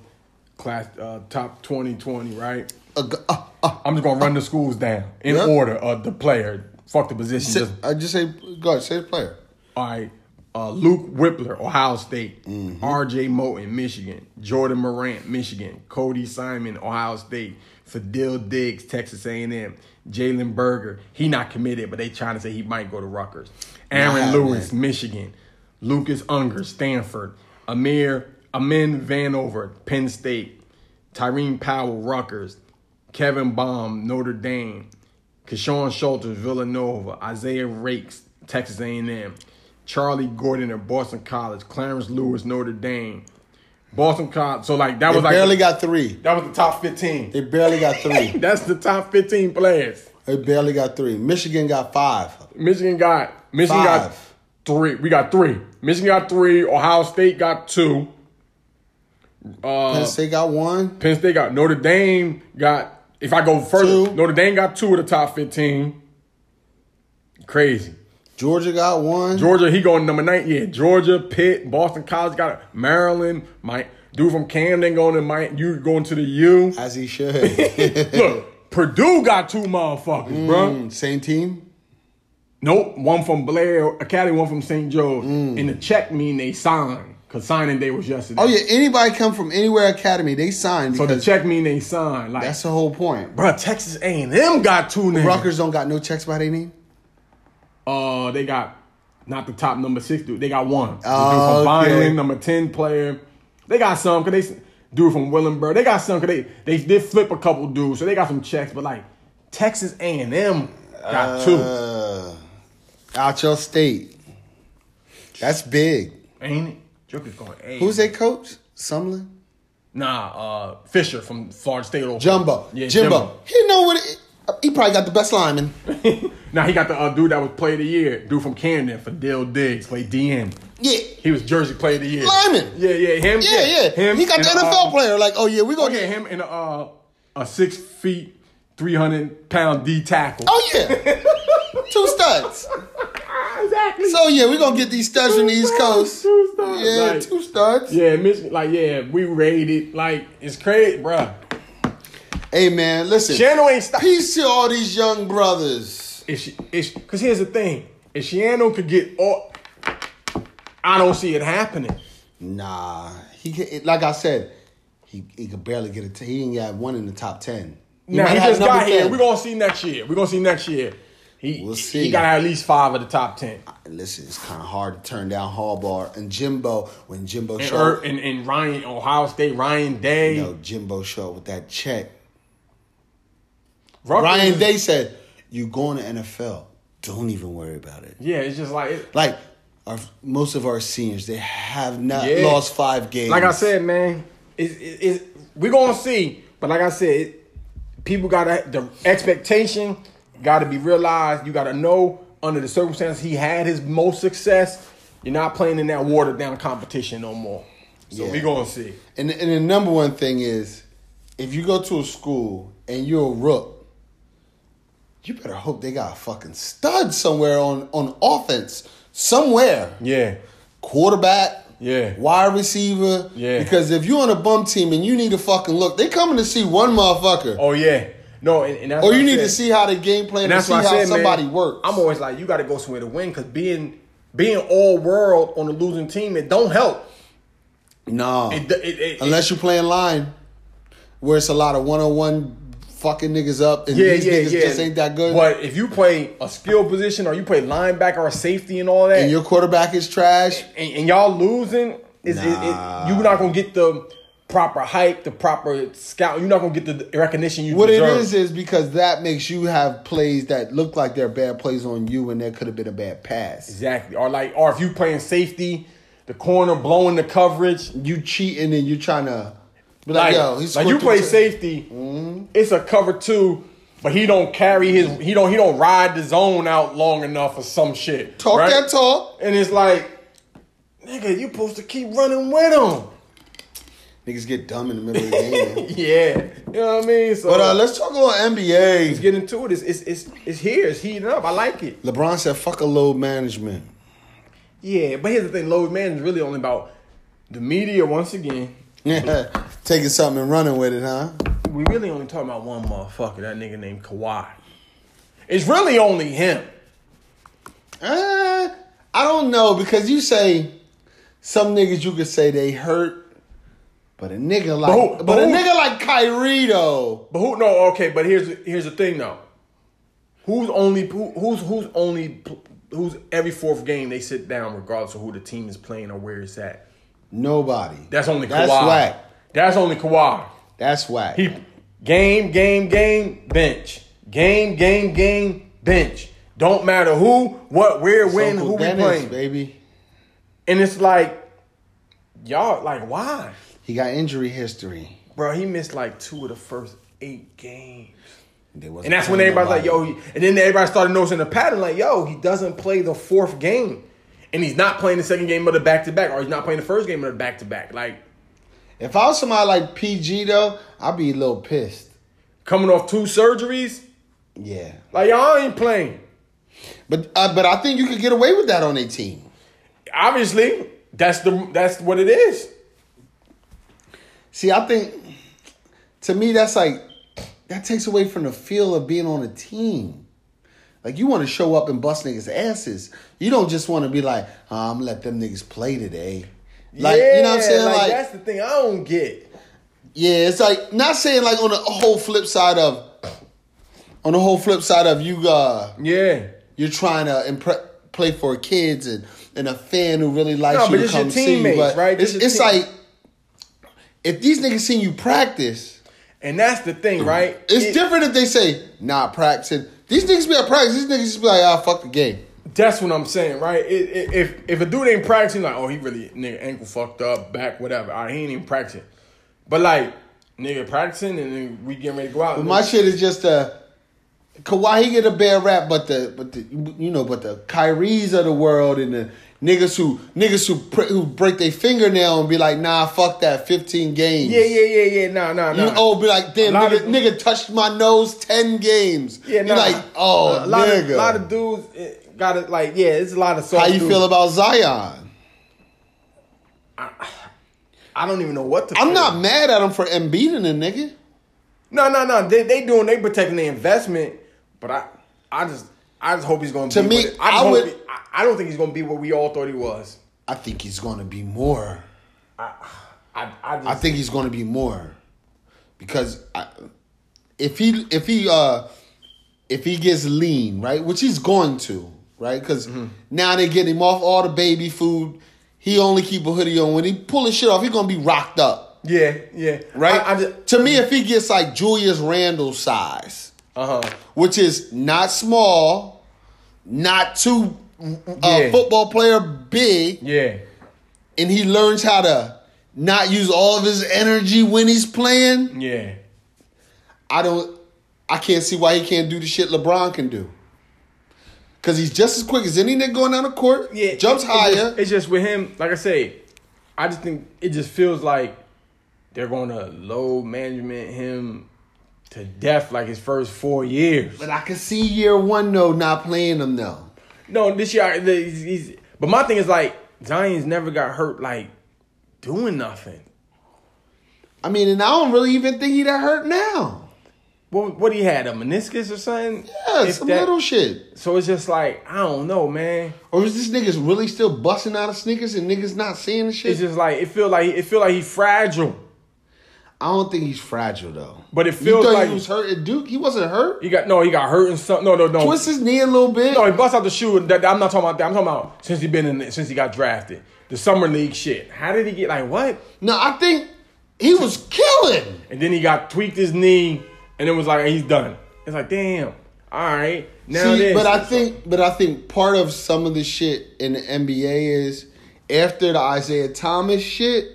C: class uh, top twenty twenty, right?
B: A g- uh, uh,
C: I'm just gonna run the schools down in
B: Yeah.
C: order of the player. Fuck the position.
B: say-
C: just-
B: I just say go ahead, say the player.
C: All right. Uh, Luke Whippler, Ohio State. R.J. Moten, Michigan. Jordan Morant, Michigan. Cody Simon, Ohio State. Fadil Diggs, Texas A&M. Jalen Berger, he not committed, but they trying to say he might go to Rutgers.
B: Nah,
C: Aaron Lewis, Michigan. Lucas Unger, Stanford. Amir Amin Vanover, Penn State. Tyreen Powell, Rutgers. Kevin Baum, Notre Dame. Keshawn Schulters, Villanova, Isaiah Rakes, Texas A&M, Charlie Gordon at Boston College, Clarence Lewis, Notre Dame, Boston College. So like that
B: They
C: was like
B: barely got three.
C: that was the top fifteen.
B: They barely got three.
C: That's the top fifteen players.
B: they barely got three. Michigan got five.
C: Michigan got Michigan got
B: Five.
C: three. We got three. Michigan got three. Ohio State got two. Uh,
B: Penn State got one.
C: Penn State got Notre Dame got. If I go further,
B: Two.
C: Notre Dame got two of the top fifteen. Crazy.
B: Georgia got one.
C: Georgia, he going number nine. Yeah, Georgia, Pitt, Boston College got it. Maryland, my dude from Camden going to my you going to the U.
B: As he should.
C: Look, Purdue got two motherfuckers, bro.
B: Mm, Same team.
C: Nope, one from Blair Academy, one from St. Joe's. And the check mean they signed because signing day was yesterday.
B: Mm. Oh yeah, anybody come from anywhere academy, they signed
C: so
B: because
C: the check mean they signed. Like,
B: that's the whole point.
C: bro, Texas A and M got two niggas.
B: Rutgers don't got no checks by their name.
C: Uh, they got not the top number six dude. They got one.
B: Oh,
C: dude from
B: okay.
C: Vineland, number ten player. They got some because they dude from Willenburg. They got some because they they did flip a couple dudes, so they got some checks. But like Texas A and M got two,
B: Uh, out your state. That's big.
C: ain't it? Joker's going A.
B: Who's their coach? Sumlin?
C: Nah, uh, Fisher from Florida State. Oklahoma.
B: Jumbo.
C: Yeah,
B: Jimbo.
C: Jimbo.
B: He know what it, he probably got the best lineman.
C: Now he got the uh, dude that was Player of the Year, dude from Camden, Fadil Diggs, played DN.
B: Yeah.
C: He was Jersey Player of the Year.
B: Lyman.
C: Yeah, yeah, him.
B: Yeah, yeah.
C: Him
B: he got the
C: and,
B: NFL
C: uh,
B: player. Like, oh yeah, we
C: Oh
B: gonna
C: yeah,
B: get him.
C: him and uh, a six feet, three hundred pound D tackle.
B: Oh yeah. Two studs.
C: exactly.
B: So yeah, we gonna get these studs from the East
C: studs,
B: Coast.
C: two studs,
B: Yeah,
C: like-
B: two studs.
C: yeah, Michigan. Like yeah, we rated. Like it's crazy, bruh.
B: Hey man, listen.
C: Shiano ain't stop.
B: Peace to all these young brothers.
C: If she, if because here's the thing, if Shiano could get all, I don't see it happening.
B: Nah, he ca- it- like I said, he he could barely get a. T- he ain't got one in the top ten.
C: now
B: might
C: he
B: have
C: just
B: number
C: got here.
B: 10.
C: We're gonna see next year. We're gonna see next year. He
B: We'll see.
C: he got at least five of the top ten.
B: Listen, it's kind of hard to turn down Harbaugh and Jimbo when Jimbo
C: And,
B: showed.
C: Er- and, and Ryan Ohio State Ryan Day.
B: you know, Jimbo showed with that check.
C: Rutgers
B: Ryan
C: is-
B: Day said, "You going to NFL? Don't even worry about it."
C: Yeah, it's just like it,
B: Like our most of our seniors, they have not
C: Yeah.
B: lost five games.
C: Like I said, man, it's, it's, it's, we're gonna see. But like I said, it, people got the expectation got to be realized. You got to know under the circumstances he had his most success. You're not playing in that watered down competition no more. So
B: Yeah.
C: we gonna see.
B: and and the number one thing is, if you go to a school and you're a rook, you better hope they got a fucking stud somewhere on on offense somewhere.
C: Yeah,
B: quarterback,
C: Yeah.
B: wide receiver,
C: Yeah.
B: Because if you're on a bum team and you need to fucking look, they coming to see one motherfucker,
C: Oh yeah. No, and, and that's
B: or
C: what
B: Oh, you
C: I
B: need to
C: said.
B: see how the game plan
C: And
B: and
C: that's
B: see
C: why I
B: how
C: said,
B: somebody
C: man,
B: works.
C: I'm always like, you got to go somewhere to win because being being all world on a losing team, it don't help.
B: no,
C: It, it, it, it,
B: unless you play in line, where it's a lot of one on one fucking niggas up, and these niggas just ain't that good.
C: But if you play a skill position or you play linebacker or safety and all that,
B: And
C: and,
B: your quarterback is trash.
C: and, y'all losing, is it, it,
B: Nah.
C: you're not gonna get the proper hype, the proper scout. You're not gonna get the recognition you
B: What it
C: deserve.
B: is is because that makes you have plays that look like they're bad plays on you, and there could have been a bad pass.
C: Exactly. Or like, or if you playing safety, the corner blowing the coverage.
B: You cheating and you trying to be like,
C: Like,
B: yo, he's
C: like you play safety,
B: Mm-hmm.
C: it's a cover two, but he don't carry his he don't he don't ride the zone out long enough or some shit.
B: Talk
C: right?
B: that talk.
C: And it's like, nigga, you supposed to keep running with him.
B: Niggas get dumb in the middle of the game. man.
C: Yeah. You know what I mean? So
B: But uh, let's talk about NBA.
C: get into it. It's, it's it's it's here, it's heating up. I like it.
B: LeBron said, "Fuck a load management."
C: Yeah, but here's the thing, load man is really only about the media once again.
B: Taking something and running with it, huh?
C: We really only talking about one motherfucker, that nigga named Kawhi. It's really only him.
B: Uh, I don't know because you say some niggas you could say they hurt, but a nigga like
C: who-
B: but,
C: but
B: a
C: who-
B: nigga like Kyrie though.
C: But who? No, okay. But here's here's the thing though. Who's only who, who's who's only who's every fourth game they sit down regardless of who the team is playing or where it's at.
B: Nobody.
C: That's only Kawhi.
B: That's whack.
C: That's only Kawhi.
B: That's whack.
C: He game game game bench game game game bench. Don't matter who, what, where,
B: It's
C: when,
B: Uncle
C: who we
B: Dennis,
C: playing.
B: baby.
C: And it's like, y'all like why,
B: He got injury history.
C: bro? He missed like two of the first eight games.
B: There wasn't
C: And that's when everybody's like, yo,
B: nobody.
C: he, and then everybody started noticing the pattern, like, yo, he doesn't play the fourth game. And he's not playing the second game of the back to back, or he's not playing the first game of the back to back. Like,
B: If I was somebody like PG though, I'd be a little pissed.
C: coming off two surgeries,
B: Yeah,
C: like, y'all ain't playing.
B: but uh, but I think you could get away with that on a team.
C: Obviously, that's the that's what it is.
B: See, I think to me that's like that takes away from the feel of being on a team. Like you want to show up and bust niggas' asses. You don't just want to be like, oh, I'm gonna let them niggas play today. Like you know what I'm
C: Yeah,
B: saying?
C: Like,
B: Like,
C: that's the thing I don't get.
B: yeah, it's like not saying like on the whole flip side of on the whole flip side of you uh
C: Yeah.
B: you're trying to impre- play for kids and, and a fan who really likes
C: No,
B: you
C: but
B: to
C: it's your
B: come see you.
C: teammates,
B: But
C: right?
B: it's,
C: It's your
B: it's
C: team-
B: like if these niggas seen you practice,
C: And that's the thing, right?
B: it's
C: It-
B: different if they say not practicing. These niggas be at practice. These niggas just be like, ah, fuck the game.
C: That's what I'm saying, right? It, it, if if a dude ain't practicing, like, oh, he really nigga ankle fucked up, back, whatever. All right, he ain't even practicing. But like, nigga practicing, and then we getting ready to go out.
B: My shit is just a Kawhi he get a bad rap, but the but the you know but the Kyrie's of the world and the niggas who niggas who pr- who break their fingernail and be like, nah, fuck that, fifteen games.
C: yeah, yeah, yeah, yeah. Nah, nah, nah.
B: You oh, be like, damn,
C: A lot
B: nigga,
C: of-
B: nigga touched my nose ten games.
C: yeah, nah.
B: You're like, oh,
C: a lot
B: nigga.
C: of lot of dudes eh, got it. Like, yeah, it's a lot of.
B: How
C: soft
B: you
C: dudes.
B: feel about Zion?
C: I don't even know what to.
B: I'm
C: feel.
B: not mad at him for embiiding a nigga.
C: No, no, no. They they doing they protecting their investment, but I I just I just hope he's gonna
B: To
C: be
B: me,
C: what it- I, just
B: I
C: hope
B: would-
C: he- I, I don't think he's gonna be what we all thought he was.
B: I think he's gonna be more.
C: I I, just,
B: I think he's gonna be more because I, if he if he uh if he gets lean right, which he's going to right, because now they get him off all the baby food. He only keep a hoodie on when he pull his shit off. He gonna be rocked up.
C: yeah yeah
B: right?
C: I, I just
B: to me, if he gets like Julius Randle size,
C: uh huh.
B: which is not small, not too uh,
C: Yeah.
B: football player big,
C: Yeah.
B: and he learns how to not use all of his energy when he's playing,
C: Yeah.
B: I don't, I can't see why he can't do the shit LeBron can do. Cause he's just as quick as any nigga going down the court.
C: Yeah.
B: jumps
C: it- it
B: higher.
C: just- it's just with him, like I say, I just think it just feels like they're going to low management him to death like his first four years.
B: but I can see year one though not playing him though.
C: No, this year, I- the- he's, he's, but my thing is like, Zion's never got hurt like doing nothing.
B: I mean, and I don't really even think he that hurt now.
C: What, what he had, a meniscus or something?
B: Yeah,
C: If
B: some
C: that-
B: little shit.
C: So it's just like, I don't know, man.
B: Or is this niggas really still busting out of sneakers and niggas not seeing the shit?
C: It's just like, it feel like, it feel like he's fragile.
B: I don't think he's fragile though.
C: But it
B: You
C: feels
B: thought
C: like-
B: he was hurt at Duke. He wasn't hurt.
C: He got, no, he got hurt and something. No, no, no.
B: Twist his knee a little bit.
C: No, he busts out the shoe. That, that- I'm not talking about that. I'm talking about since he been in since he got drafted. The summer league shit. How did he get like what?
B: No, I think He was killing.
C: and then he got tweaked his knee, and it was like he's done. It's like damn, all right, now
B: See,
C: this.
B: but I think, but I think part of some of the shit in the NBA is after the Isaiah Thomas shit,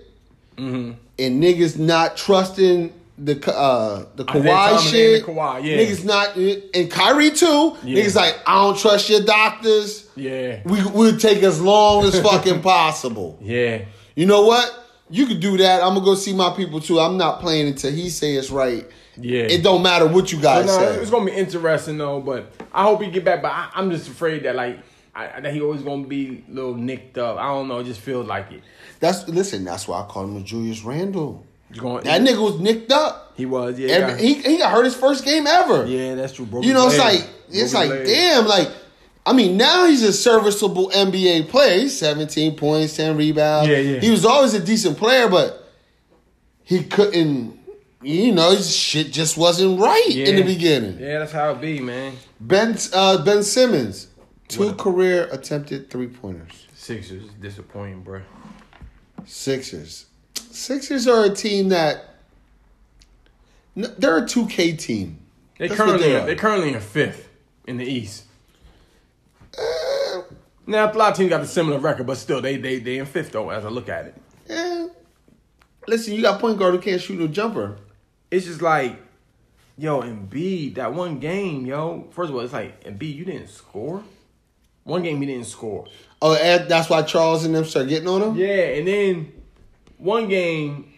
C: Mm-hmm.
B: and niggas not trusting the Ka- uh, the Kawhi
C: Isaiah Thomas and
B: shit.
C: the Kawhi, yeah.
B: Niggas not and Kyrie too.
C: Yeah.
B: Niggas like I don't trust your doctors.
C: Yeah.
B: we would take as long as fucking possible.
C: yeah,
B: You know what? You could do that. I'm gonna go see my people too. I'm not playing until he say it's right.
C: Yeah.
B: it don't matter what you
C: So,
B: guys
C: no,
B: say.
C: it's gonna be interesting though. But I hope he get back. But I, I'm just afraid that like I, that he always gonna be a little nicked up. I don't know. It just feels like it.
B: That's listen. That's why I call him Julius Randle.
C: He's going-
B: That nigga was nicked up.
C: He was yeah.
B: Every-
C: yeah.
B: he he got hurt his first game ever.
C: yeah, that's true. Broken
B: You know, it's
C: leg.
B: like it's
C: Broken
B: like
C: leg.
B: damn. Like I mean, now he's a serviceable NBA player. He's Seventeen points, ten rebounds.
C: Yeah, yeah.
B: He was always a decent player, but he couldn't. You know, his shit just wasn't right in the
C: Yeah.
B: beginning.
C: Yeah, that's how it be, man.
B: Ben uh, Ben Simmons, two career attempted three pointers.
C: Sixers disappointing, bro.
B: Sixers. Sixers are a team that n- they're a two K team.
C: They
B: That's what
C: currently
B: they
C: they
B: are.
C: are currently in fifth in the East.
B: Uh,
C: Now a lot of teams got a similar record, but still they they they in fifth though. As I look at it,
B: Eh, listen, you got point guard who can't shoot no jumper.
C: it's just like, yo, Embiid that one game, yo. First of all, it's like Embiid, you didn't score. One game he didn't score.
B: Oh, and that's why Charles and them start getting on him.
C: Yeah, and then one game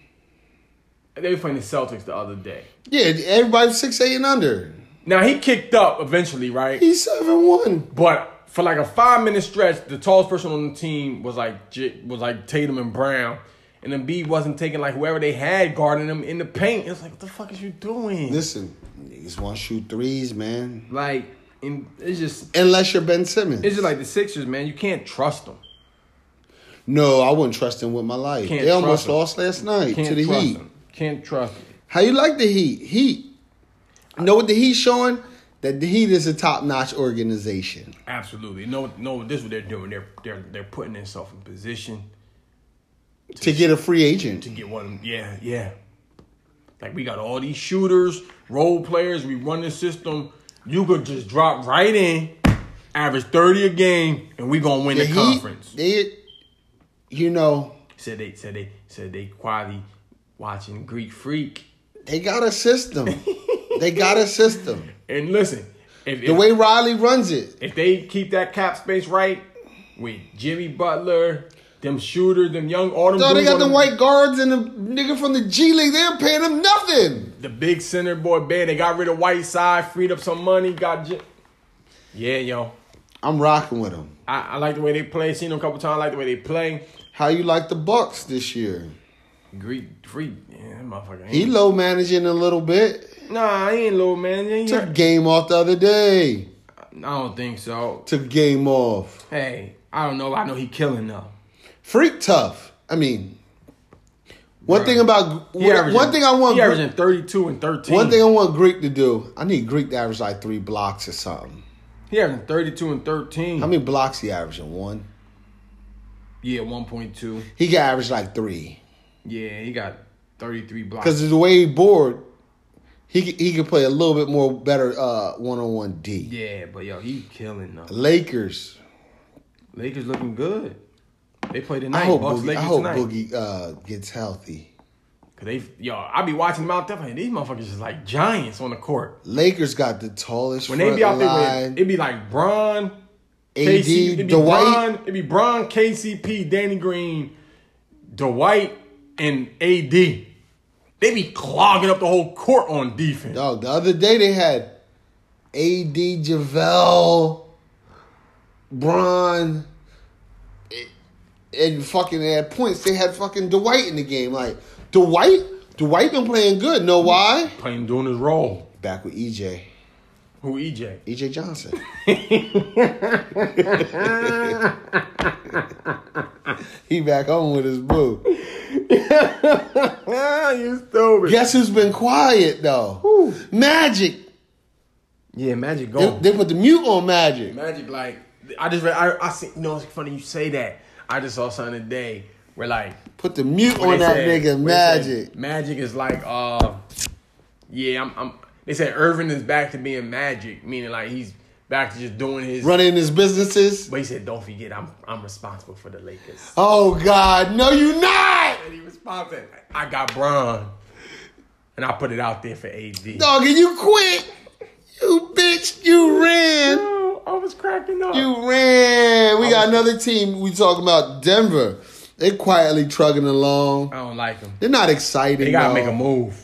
C: they were playing the Celtics the other day.
B: Yeah, everybody's six eight and under.
C: Now he kicked up eventually, right?
B: He's seven one.
C: But for like a five minute stretch, the tallest person on the team was like J- was like Tatum and Brown, and then B wasn't taking like whoever they had guarding them in the paint. It's like what the fuck is you doing?
B: Listen, niggas want to shoot threes, man.
C: like, and it's just
B: Unless you're Ben Simmons.
C: it's just like the Sixers, man. You can't trust them.
B: no, I wouldn't trust him with my life.
C: Can't
B: They almost
C: trust him.
B: lost last night
C: Can't
B: to the
C: trust
B: Heat.
C: them. Can't trust them.
B: How you like the Heat? Heat. You know what the Heat showing? That the Heat is a top notch organization.
C: Absolutely. No, no. This is what they're doing. They're they're they're putting themselves in position
B: To get a free agent.
C: to get one. of them. Yeah, yeah. Like we got all these shooters, role players. We run the system. You could just drop right in, average thirty a game, and we gonna win the,
B: The Heat,
C: conference.
B: They, you know,
C: said they said they said they quietly watching Greek Freak.
B: they got a system. they got a system.
C: And listen, if
B: The
C: if,
B: way Riley runs it.
C: if they keep that cap space right with Jimmy Butler, them shooters, them young autumn.
B: No, Oh, they got the white guards and the nigga from the G League. They're paying them nothing.
C: the big center boy band. They got rid of Whiteside, freed up some money, got. J- yeah, yo.
B: I'm rocking with them.
C: I, I like the way they play. Seen them a couple times. I like the way they play.
B: How you like the Bucks this year?
C: Greek, free, yeah, that motherfucker.
B: He
C: Ain't,
B: low managing a little bit.
C: nah, he ain't low man. He ain't
B: Took
C: hurt.
B: game off the other day.
C: I don't think so.
B: Took game off.
C: Hey, I don't know. I know he killing though.
B: Freak tough. I mean, one
C: Bruh.
B: thing about
C: He
B: one,
C: averaging-
B: thing I want
C: He averaging thirty two and thirteen.
B: one thing I want Greek to do. I need Greek to average like three blocks or something.
C: He averaging thirty two and thirteen.
B: How many blocks he averaging? One.
C: yeah, one point two.
B: He can average like three
C: Yeah, he got thirty three blocks.
B: because the way he bored, he c- he could play a little bit more better uh one on one D.
C: yeah, but yo, he killing though.
B: Lakers.
C: Lakers looking good. They play tonight.
B: I hope
C: Bucks
B: Boogie, I
C: Lakers
B: hope
C: tonight.
B: Boogie uh, gets healthy.
C: Cause they, yo, I be watching them out there. Like, These motherfuckers is like giants on the court.
B: Lakers got the tallest
C: When
B: front
C: they be out there,
B: line.
C: with, it be like Bron, KC,
B: AD,
C: it be
B: Dwight.
C: Bron, it be Bron, KCP, Danny Green, Dwight, and AD. They be clogging up the whole court on defense.
B: Dog, the other day they had AD Javale, Bron, and fucking they had points. They had fucking Dwight in the game. Like Dwight, Dwight been playing good. Know why?
C: Playing doing his role.
B: Back with E EJ,
C: Who E EJ?
B: EJ Johnson. he back home with his boo.
C: Ah, you stupid. Yeah,
B: Guess who's been quiet though? Magic.
C: Magic
B: They,
C: gone.
B: they put the mute on Magic.
C: Magic like I just read. I, I see. You know, it's funny you say that. I just saw something today where like
B: Put the mute on
C: when they
B: that
C: said-
B: nigga,
C: when they said
B: Magic.
C: Magic is like, uh, yeah, I'm, I'm. They said Irvin is back to being Magic, meaning like he's back to just doing his.
B: Running his businesses.
C: But he said, don't forget, I'm I'm responsible for the Lakers.
B: Oh God, no, you not,
C: And he responded, I got Bron, and I put it out there for AD.
B: dog. And you quit. You bitch. You ran.
C: No, I was cracking up.
B: You ran. We got another team. We talking about Denver. They quietly trugging along.
C: I don't like him.
B: They're not excited.
C: They
B: dog.
C: gotta make a move.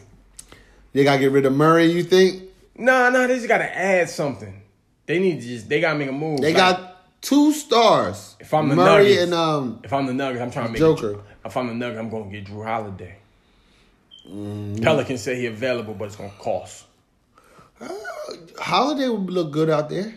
B: They gotta get rid of Murray. You think
C: No, no, they just gotta add something. They need to just. They gotta make a move.
B: they
C: Like,
B: got two stars?
C: If I'm the
B: Murray
C: Nuggets-
B: and um,
C: If I'm the Nuggets, I'm trying to make
B: Joker.
C: If I'm the Nuggets, I'm gonna get Drew Holiday.
B: Mm-hmm.
C: Pelicans say he available, but it's gonna cost.
B: Holiday would look good out there.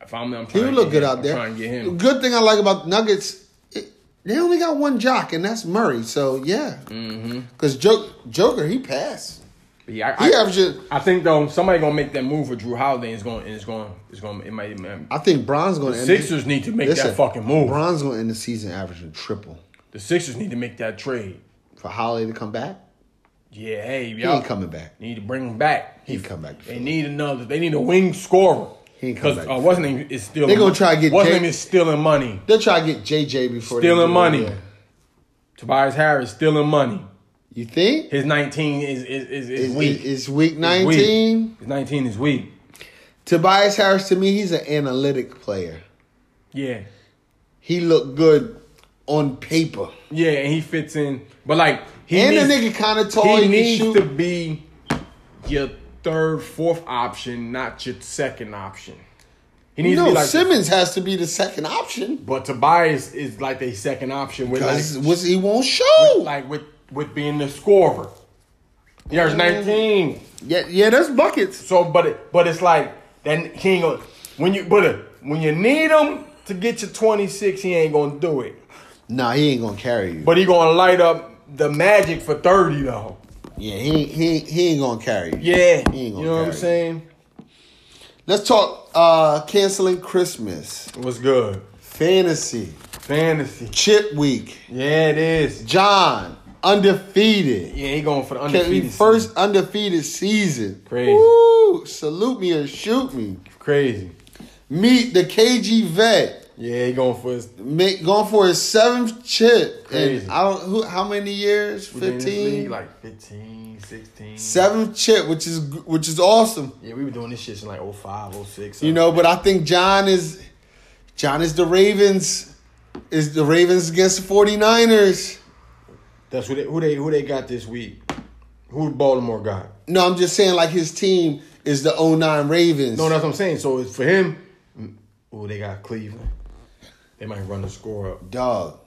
C: If I'm, I'm trying
B: He
C: to
B: would look
C: get
B: good
C: him.
B: out
C: I'm
B: there.
C: Trying to get him.
B: Good thing I like about the Nuggets, it, they only got one jock, and that's Murray. So yeah, because Joker he passed.
C: But yeah, Mm-hmm. I,
B: He
C: I,
B: averages.
C: I think though somebody gonna make that move for Drew Holiday. Is going, is going, is going. It might. It might
B: I think Bron's going to end.
C: Sixers need to make
B: Listen,
C: that fucking move.
B: Bron's going to end the season averaging triple
C: the Sixers need to make that trade.
B: for Holiday to come back.
C: Yeah, hey,
B: He
C: y'all
B: ain't coming back.
C: need to bring him back.
B: He come back to
C: They
B: Philly.
C: need another. They need a wing scorer.
B: He ain't come
C: Because
B: back
C: uh,
B: to
C: what's name is stealing.
B: They gonna try to get
C: what's
B: Jay-
C: name is stealing money.
B: They'll try to get JJ before they
C: Stealing
B: do it,
C: money.
B: yeah.
C: Tobias Harris stealing money.
B: You think?
C: His nineteen is is is, is
B: It's
C: weak.
B: week, it's week
C: It's weak.
B: 19.
C: His nineteen is weak.
B: Tobias Harris, to me, he's an analytic player.
C: Yeah,
B: He looked good on paper.
C: yeah, and he fits in. But like he
B: And the
C: needs-
B: nigga kind of tall. He,
C: he
B: can
C: needs
B: shoot.
C: to be your third, fourth option, not your second option. He needs to
B: no,
C: be like.
B: Simmons has to be the second option.
C: but Tobias is like the second option with like
B: Because what's- he won't shoot.
C: like with with being the scorer. There's nineteen.
B: yeah, yeah, that's buckets.
C: So, but it, but it's like that. He ain't gonna when you but it, when you need him to get your twenty six. He ain't gonna do it.
B: Nah, he ain't gonna carry you.
C: But he gonna light up the magic for thirty though.
B: yeah, he ain't, he ain't, he ain't gonna carry you.
C: Yeah,
B: He
C: you
B: ain't gonna
C: know what I'm
B: carry.
C: saying.
B: Let's talk uh canceling Christmas,
C: What's good?
B: fantasy,
C: Fantasy.
B: chip week,
C: Yeah, it is.
B: John undefeated.
C: Yeah, he going for the
B: Okay,
C: undefeated.
B: first undefeated season.
C: Crazy.
B: Woo, salute me or shoot me.
C: seed. crazy.
B: Meet the KG vet.
C: Yeah, he going for his.
B: Make, going for his seventh chip.
C: Crazy.
B: And I don't, who, how many years?
C: we been in this league,
B: 15?
C: like 15, 16.
B: Seventh chip, which is which is awesome.
C: Yeah, we were doing this shit since like 05, 06.
B: You know, but I think John is John is the Ravens. Is the Ravens against the 49ers.
C: that's who they who they who they got this week. Who Baltimore got?
B: No, I'm just saying like his team is the 09 Ravens.
C: No, that's what I'm saying. So it's for him. Oh, they got Cleveland. They might run the score up.
B: Dog,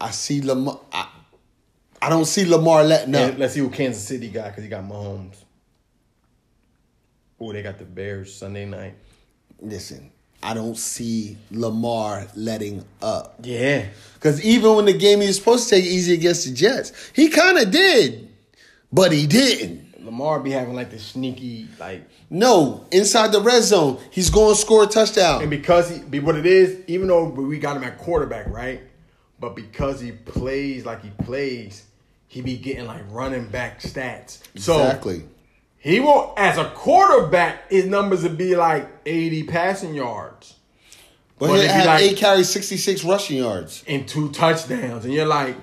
B: I see Lamar. I, I don't see Lamar letting up.
C: And let's see who Kansas City got because he got Mahomes. Oh, they got the Bears Sunday night.
B: Listen, I don't see Lamar letting up.
C: Yeah,
B: Because even when the game he was supposed to take it easy against the Jets, he kind of did, but he didn't.
C: Lamar be having like the sneaky like,
B: No, inside the red zone, he's going to score a touchdown.
C: and because he be what it is. Even though we got him at quarterback, right? But because he plays like he plays, he be getting like running back stats. So
B: exactly.
C: He will, as a quarterback, his numbers would be like 80 passing yards
B: But
C: but
B: he
C: if you
B: had
C: like-
B: eight carries, 66 rushing yards.
C: and two touchdowns. And you're like,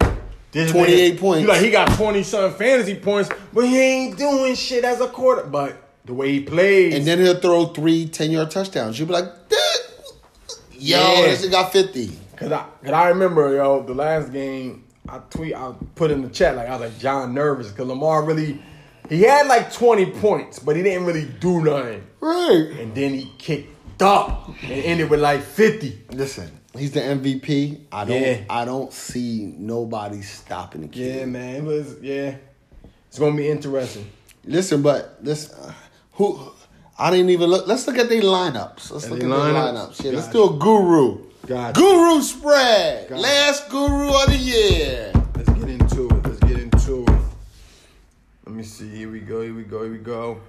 C: this
B: 28
C: nigga-
B: points.
C: You're like, he got 20 some fantasy points, but he ain't doing shit as a quarter. But the way he plays,
B: And then he'll throw three 10 yard touchdowns. You'll be like, "Dude, yo,
C: Yeah.
B: this nigga got 50.
C: Cause I, cause I remember, yo, the last game I tweet, I put in the chat like I was like John nervous because Lamar really, he had like twenty points, but he didn't really do nothing.
B: Right.
C: And then he kicked up and ended with like fifty.
B: Listen, he's the MVP. I don't
C: Yeah.
B: I don't see nobody stopping the kid.
C: Yeah, man, it was yeah. It's gonna be interesting.
B: Listen, but listen, uh, who I didn't even look. Let's look at their lineups. Let's
C: At
B: look
C: they
B: at their
C: lineups?
B: lineups. Yeah, let's
C: Got
B: do a guru.
C: Got it.
B: guru spread.
C: Got it.
B: Last guru of the year.
C: Let's get into it. Let's get into it. Let me see. Here we go. Here we go. Here we go.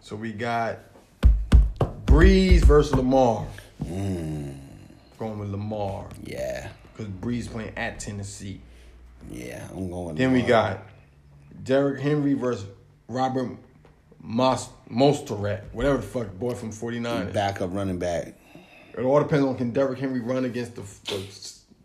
C: So we got Breeze versus Lamar. Going with Lamar.
B: Yeah.
C: Because Breeze playing at Tennessee.
B: Yeah, I'm going. uh,
C: Then we
B: LeBron.
C: got Derrick Henry versus Robert Mos- Mosteret, whatever the fuck, boy from 49 is.
B: backup running back.
C: It all depends on can Derrick Henry run against the, the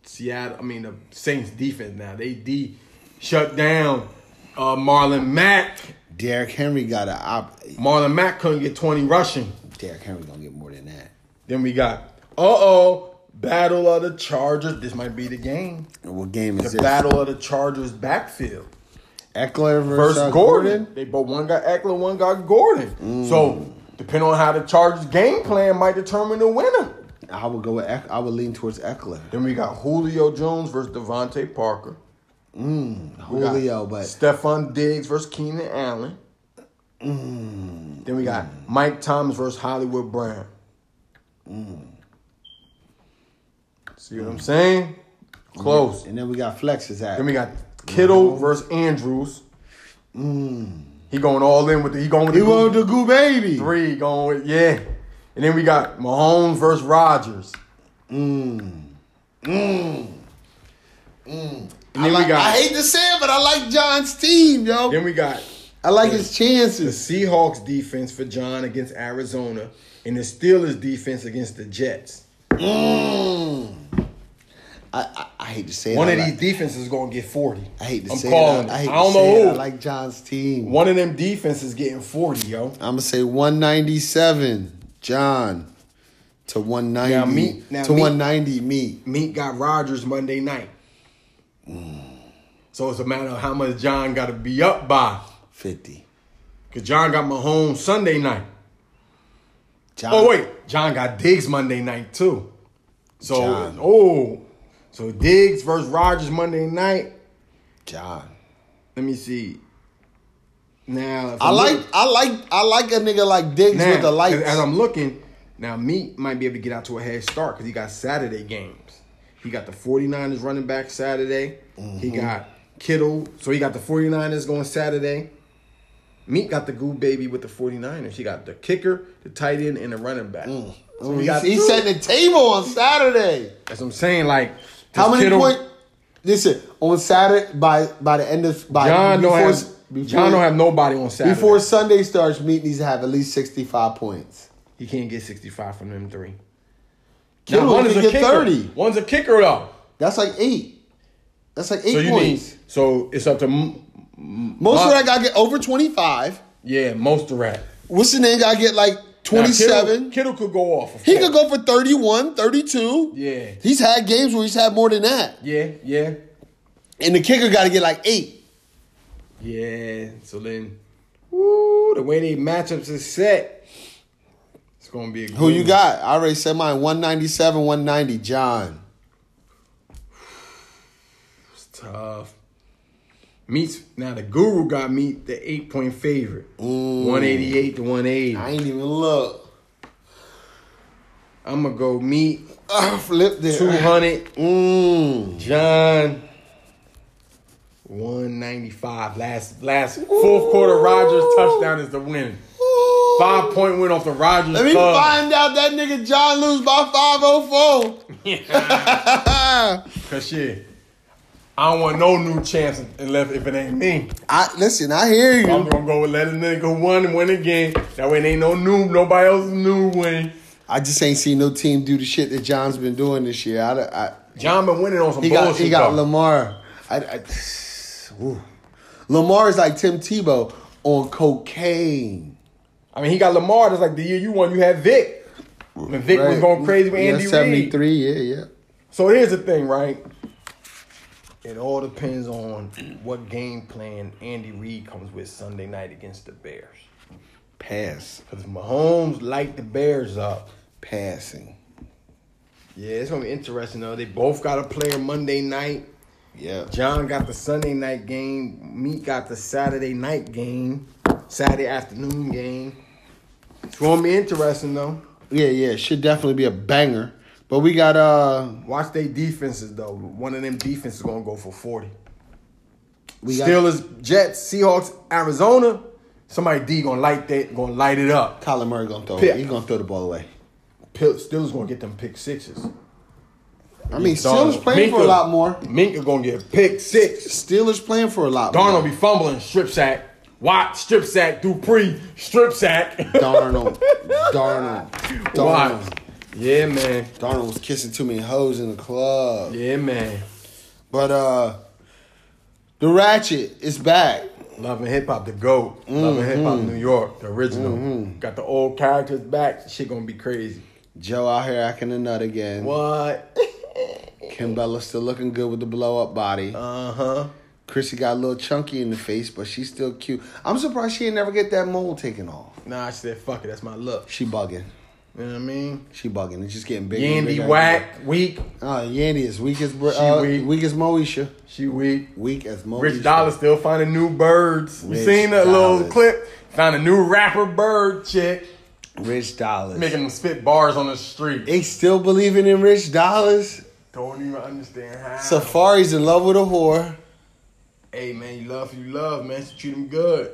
C: Seattle, I mean, the Saints defense now. They D shut down uh, Marlon Mack.
B: Derrick Henry got a op.
C: Marlon Mack couldn't get 20 rushing.
B: Derrick Henry gonna get more than that.
C: Then we got, uh oh, Battle of the Chargers. This might be the game.
B: And What game is
C: The
B: this?
C: Battle of the Chargers backfield.
B: Eckler versus,
C: versus
B: uh,
C: Gordon. They both one got Eckler, one got Gordon. So depending on how the Chargers game plan might determine the winner.
B: I would go with. Eck, I would lean towards Eckler.
C: Then we got Julio Jones versus Devontae Parker. We got
B: Julio, but
C: Stephon Diggs versus Keenan Allen. Then we got Mike Thomas versus Hollywood Brown. Mm. See what I'm saying? Close.
B: and then we got flexes at.
C: Then we got Kittle versus Andrews. He going all in with the Mm. he going with
B: he
C: the
B: wanted the goo baby.
C: Three going with yeah. And then we got Mahomes versus Rogers. Mm. Mm. Mm.
B: I,
C: And then
B: like-
C: we got
B: I hate to say it, but I like John's team, yo.
C: then we got
B: I like his
C: the
B: chances.
C: Seahawks defense for John against Arizona and the Steelers defense against the Jets.
B: I, I, I hate to say it.
C: Mm. One
B: I
C: of
B: like-
C: these defenses is gonna get 40.
B: I hate to
C: I'm
B: say
C: calling
B: it.
C: it.
B: I, I hate to
C: don't
B: say
C: know
B: it.
C: who.
B: I like John's team.
C: One of them defenses getting 40, yo.
B: I'm gonna say 197, John, to 190.
C: Now me- now
B: to
C: me-
B: 190, me.
C: Meek got Rogers Monday night. So it's a matter of how much John gotta be up by.
B: 50.
C: Cause John got Mahomes Sunday night.
B: John,
C: Oh wait, John got Diggs Monday night too. So
B: John.
C: oh, so Diggs versus Rogers Monday night.
B: John.
C: Let me see. Now if
B: I
C: I'm
B: like,
C: look-
B: I like, I like a nigga like Diggs
C: now,
B: with the lights.
C: As, as I'm looking, now Meek might be able to get out to a head start because he got Saturday games. He got the 49ers running back Saturday.
B: Mm-hmm.
C: He got Kittle. So he got the 49ers going Saturday. Meek got the goo baby with the 49ers. He got the kicker, the tight end, and the running back. So
B: Ooh,
C: he
B: he's-
C: got
B: he's
C: two.
B: Oh, setting the table on Saturday.
C: That's what I'm saying. Like
B: How
C: this
B: many
C: Kittle-
B: point? Listen, on Saturday by by the end of by
C: John don't have.
B: before-
C: John don't have nobody on Saturday.
B: before Sunday starts, Meek needs to have at least 65 points.
C: he can't get 65 from them three.
B: Kittle
C: Now,
B: can get 30.
C: One's a kicker though.
B: That's like eight. That's like eight
C: So you
B: points.
C: need. So it's up to M-
B: Most of
C: my-
B: that gotta get over 25.
C: yeah, most of that.
B: What's the name? Gotta get like
C: Now,
B: 27.
C: Kittle, Kittle could go off. of
B: He
C: course.
B: could go for 31, 32.
C: Yeah.
B: He's had games where he's had more than that.
C: Yeah, yeah,
B: And the kicker gotta get like eight.
C: yeah. So then, woo, the way they matchups is set, it's gonna be a
B: Who
C: good
B: you
C: one.
B: got? I already said mine. 197, 190. John.
C: It's tough. Meets now the guru got meet the eight point favorite,
B: Mm.
C: one eighty eight to one eighty.
B: I ain't even look.
C: I'm gonna go meet
B: Uh, flipped it.
C: two hundred.
B: Mm.
C: John. 195. Last last fourth quarter Rogers touchdown is the win. Five point win off the Rogers.
B: Let me
C: Cubs.
B: find out that nigga John lose by 504.
C: Cause shit. I don't want no new chance unless if it ain't me.
B: I listen, I hear you.
C: I'm gonna go with let a nigga win and win again. That way it ain't no new, nobody else new win.
B: I just ain't seen no team do the shit that John's been doing this year. I, I-
C: John been winning on some
B: he
C: bullshit.
B: got he got
C: though.
B: Lamar. I, I- ooh. Lamar is like Tim Tebow on cocaine.
C: I mean, he got Lamar. That's like the year you won. You had Vic. When Vic was
B: Right.
C: going crazy with
B: Yeah,
C: Andy Reid.
B: 73, yeah, yeah.
C: So here's the thing, right? It all depends on what game plan Andy Reid comes with Sunday night against the Bears.
B: Pass.
C: Because Mahomes light the Bears up.
B: Passing.
C: Yeah, it's gonna be interesting though. They both got a player Monday night.
B: Yeah.
C: John got the Sunday night game. Meat got the Saturday night game. Saturday afternoon game. It's gonna be interesting though.
B: Yeah, yeah. Should definitely be a banger. But we got uh
C: Watch they defenses though. One of them defenses gonna go for forty.
B: we got
C: Steelers, Jets, Seahawks, Arizona. Somebody D gonna light that, gonna light it up.
B: Kyler Murray gonna throw
C: Pick.
B: it. He gonna throw the ball away.
C: Pil- Steelers gonna get them pick sixes.
B: I mean,
C: Darnold-
B: Steelers playing for a
C: Minka-
B: lot more.
C: Minka gonna get picked six.
B: Steelers playing for a lot
C: Darnold
B: more.
C: be fumbling, strip sack. Watt, strip sack. Dupree, strip sack.
B: Darnold. Darnold. Darnold.
C: Watt. Yeah, man.
B: Darnold was kissing too many hoes in the club.
C: Yeah, man.
B: But uh the Ratchet is back.
C: Loving hip hop, the GOAT. Loving hip hop, New York, the original. Got the old characters back. Shit gonna be crazy.
B: Joe out here acting a nut again.
C: What?
B: Kim Bella still looking good with the blow up body.
C: Uh huh.
B: Chrissy got a little chunky in the face, but she's still cute. I'm surprised she ain't never get that mole taken off.
C: Nah, I said fuck it. That's my look.
B: She bugging.
C: You know what I mean?
B: She bugging. It's just getting bigger. and bigger
C: Yandy
B: and
C: whack, weak.
B: bigger. Oh, Yandy is weak as br- uh,
C: weak.
B: weak. as Moesha.
C: She weak.
B: Weak as Moesha.
C: Rich Dollar still finding new birds. You
B: Rich
C: seen that little
B: Dollar.
C: clip? Found a new rapper bird chick,
B: Rich Dollars.
C: making them spit bars on the street.
B: They still believing in Rich Dollars.
C: Don't even understand how.
B: Safari's in love with a whore.
C: hey man, you love who you love, man. So treat him good.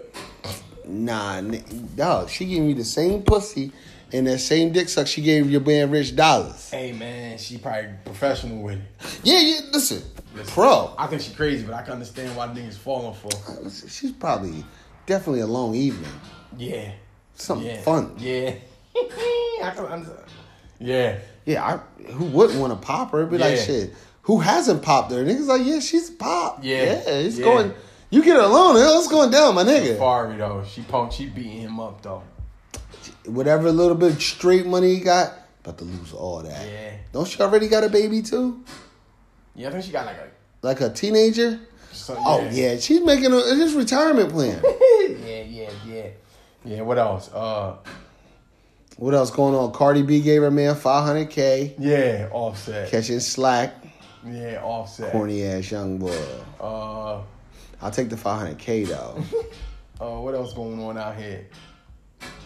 B: Nah, n- dog. She gave me the same pussy and that same dick suck she gave your man Rich Dollars.
C: Hey man, she probably professional with it.
B: Yeah, yeah. Listen, pro.
C: I think she crazy, but I can understand why niggas falling for. her.
B: She's probably definitely a long evening.
C: Yeah.
B: Something
C: yeah.
B: fun. Yeah,
C: Yeah. I can understand. Yeah.
B: I, who wouldn't want to pop her? It'd be like
C: Yeah.
B: shit. Who hasn't popped her? Niggas like, yeah, she's popped.
C: Yeah.
B: Yeah, it's
C: Yeah.
B: going. You get her alone, it's going down, my nigga.
C: Fari though, she punked, she beating him up though.
B: whatever little bit of straight money he got, about to lose all that.
C: Yeah.
B: Don't she already got a baby too?
C: Yeah, I think she got like a.
B: Like a teenager?
C: so-
B: Oh yeah, she's making a, his retirement plan.
C: yeah, yeah, yeah. Yeah, what else? Uh
B: what else going on? Cardi B gave her man 500k,
C: yeah, offset.
B: catching slack,
C: Yeah, offset.
B: corny ass young boy.
C: Uh uh
B: I'll take the 500k though.
C: what else going on out here?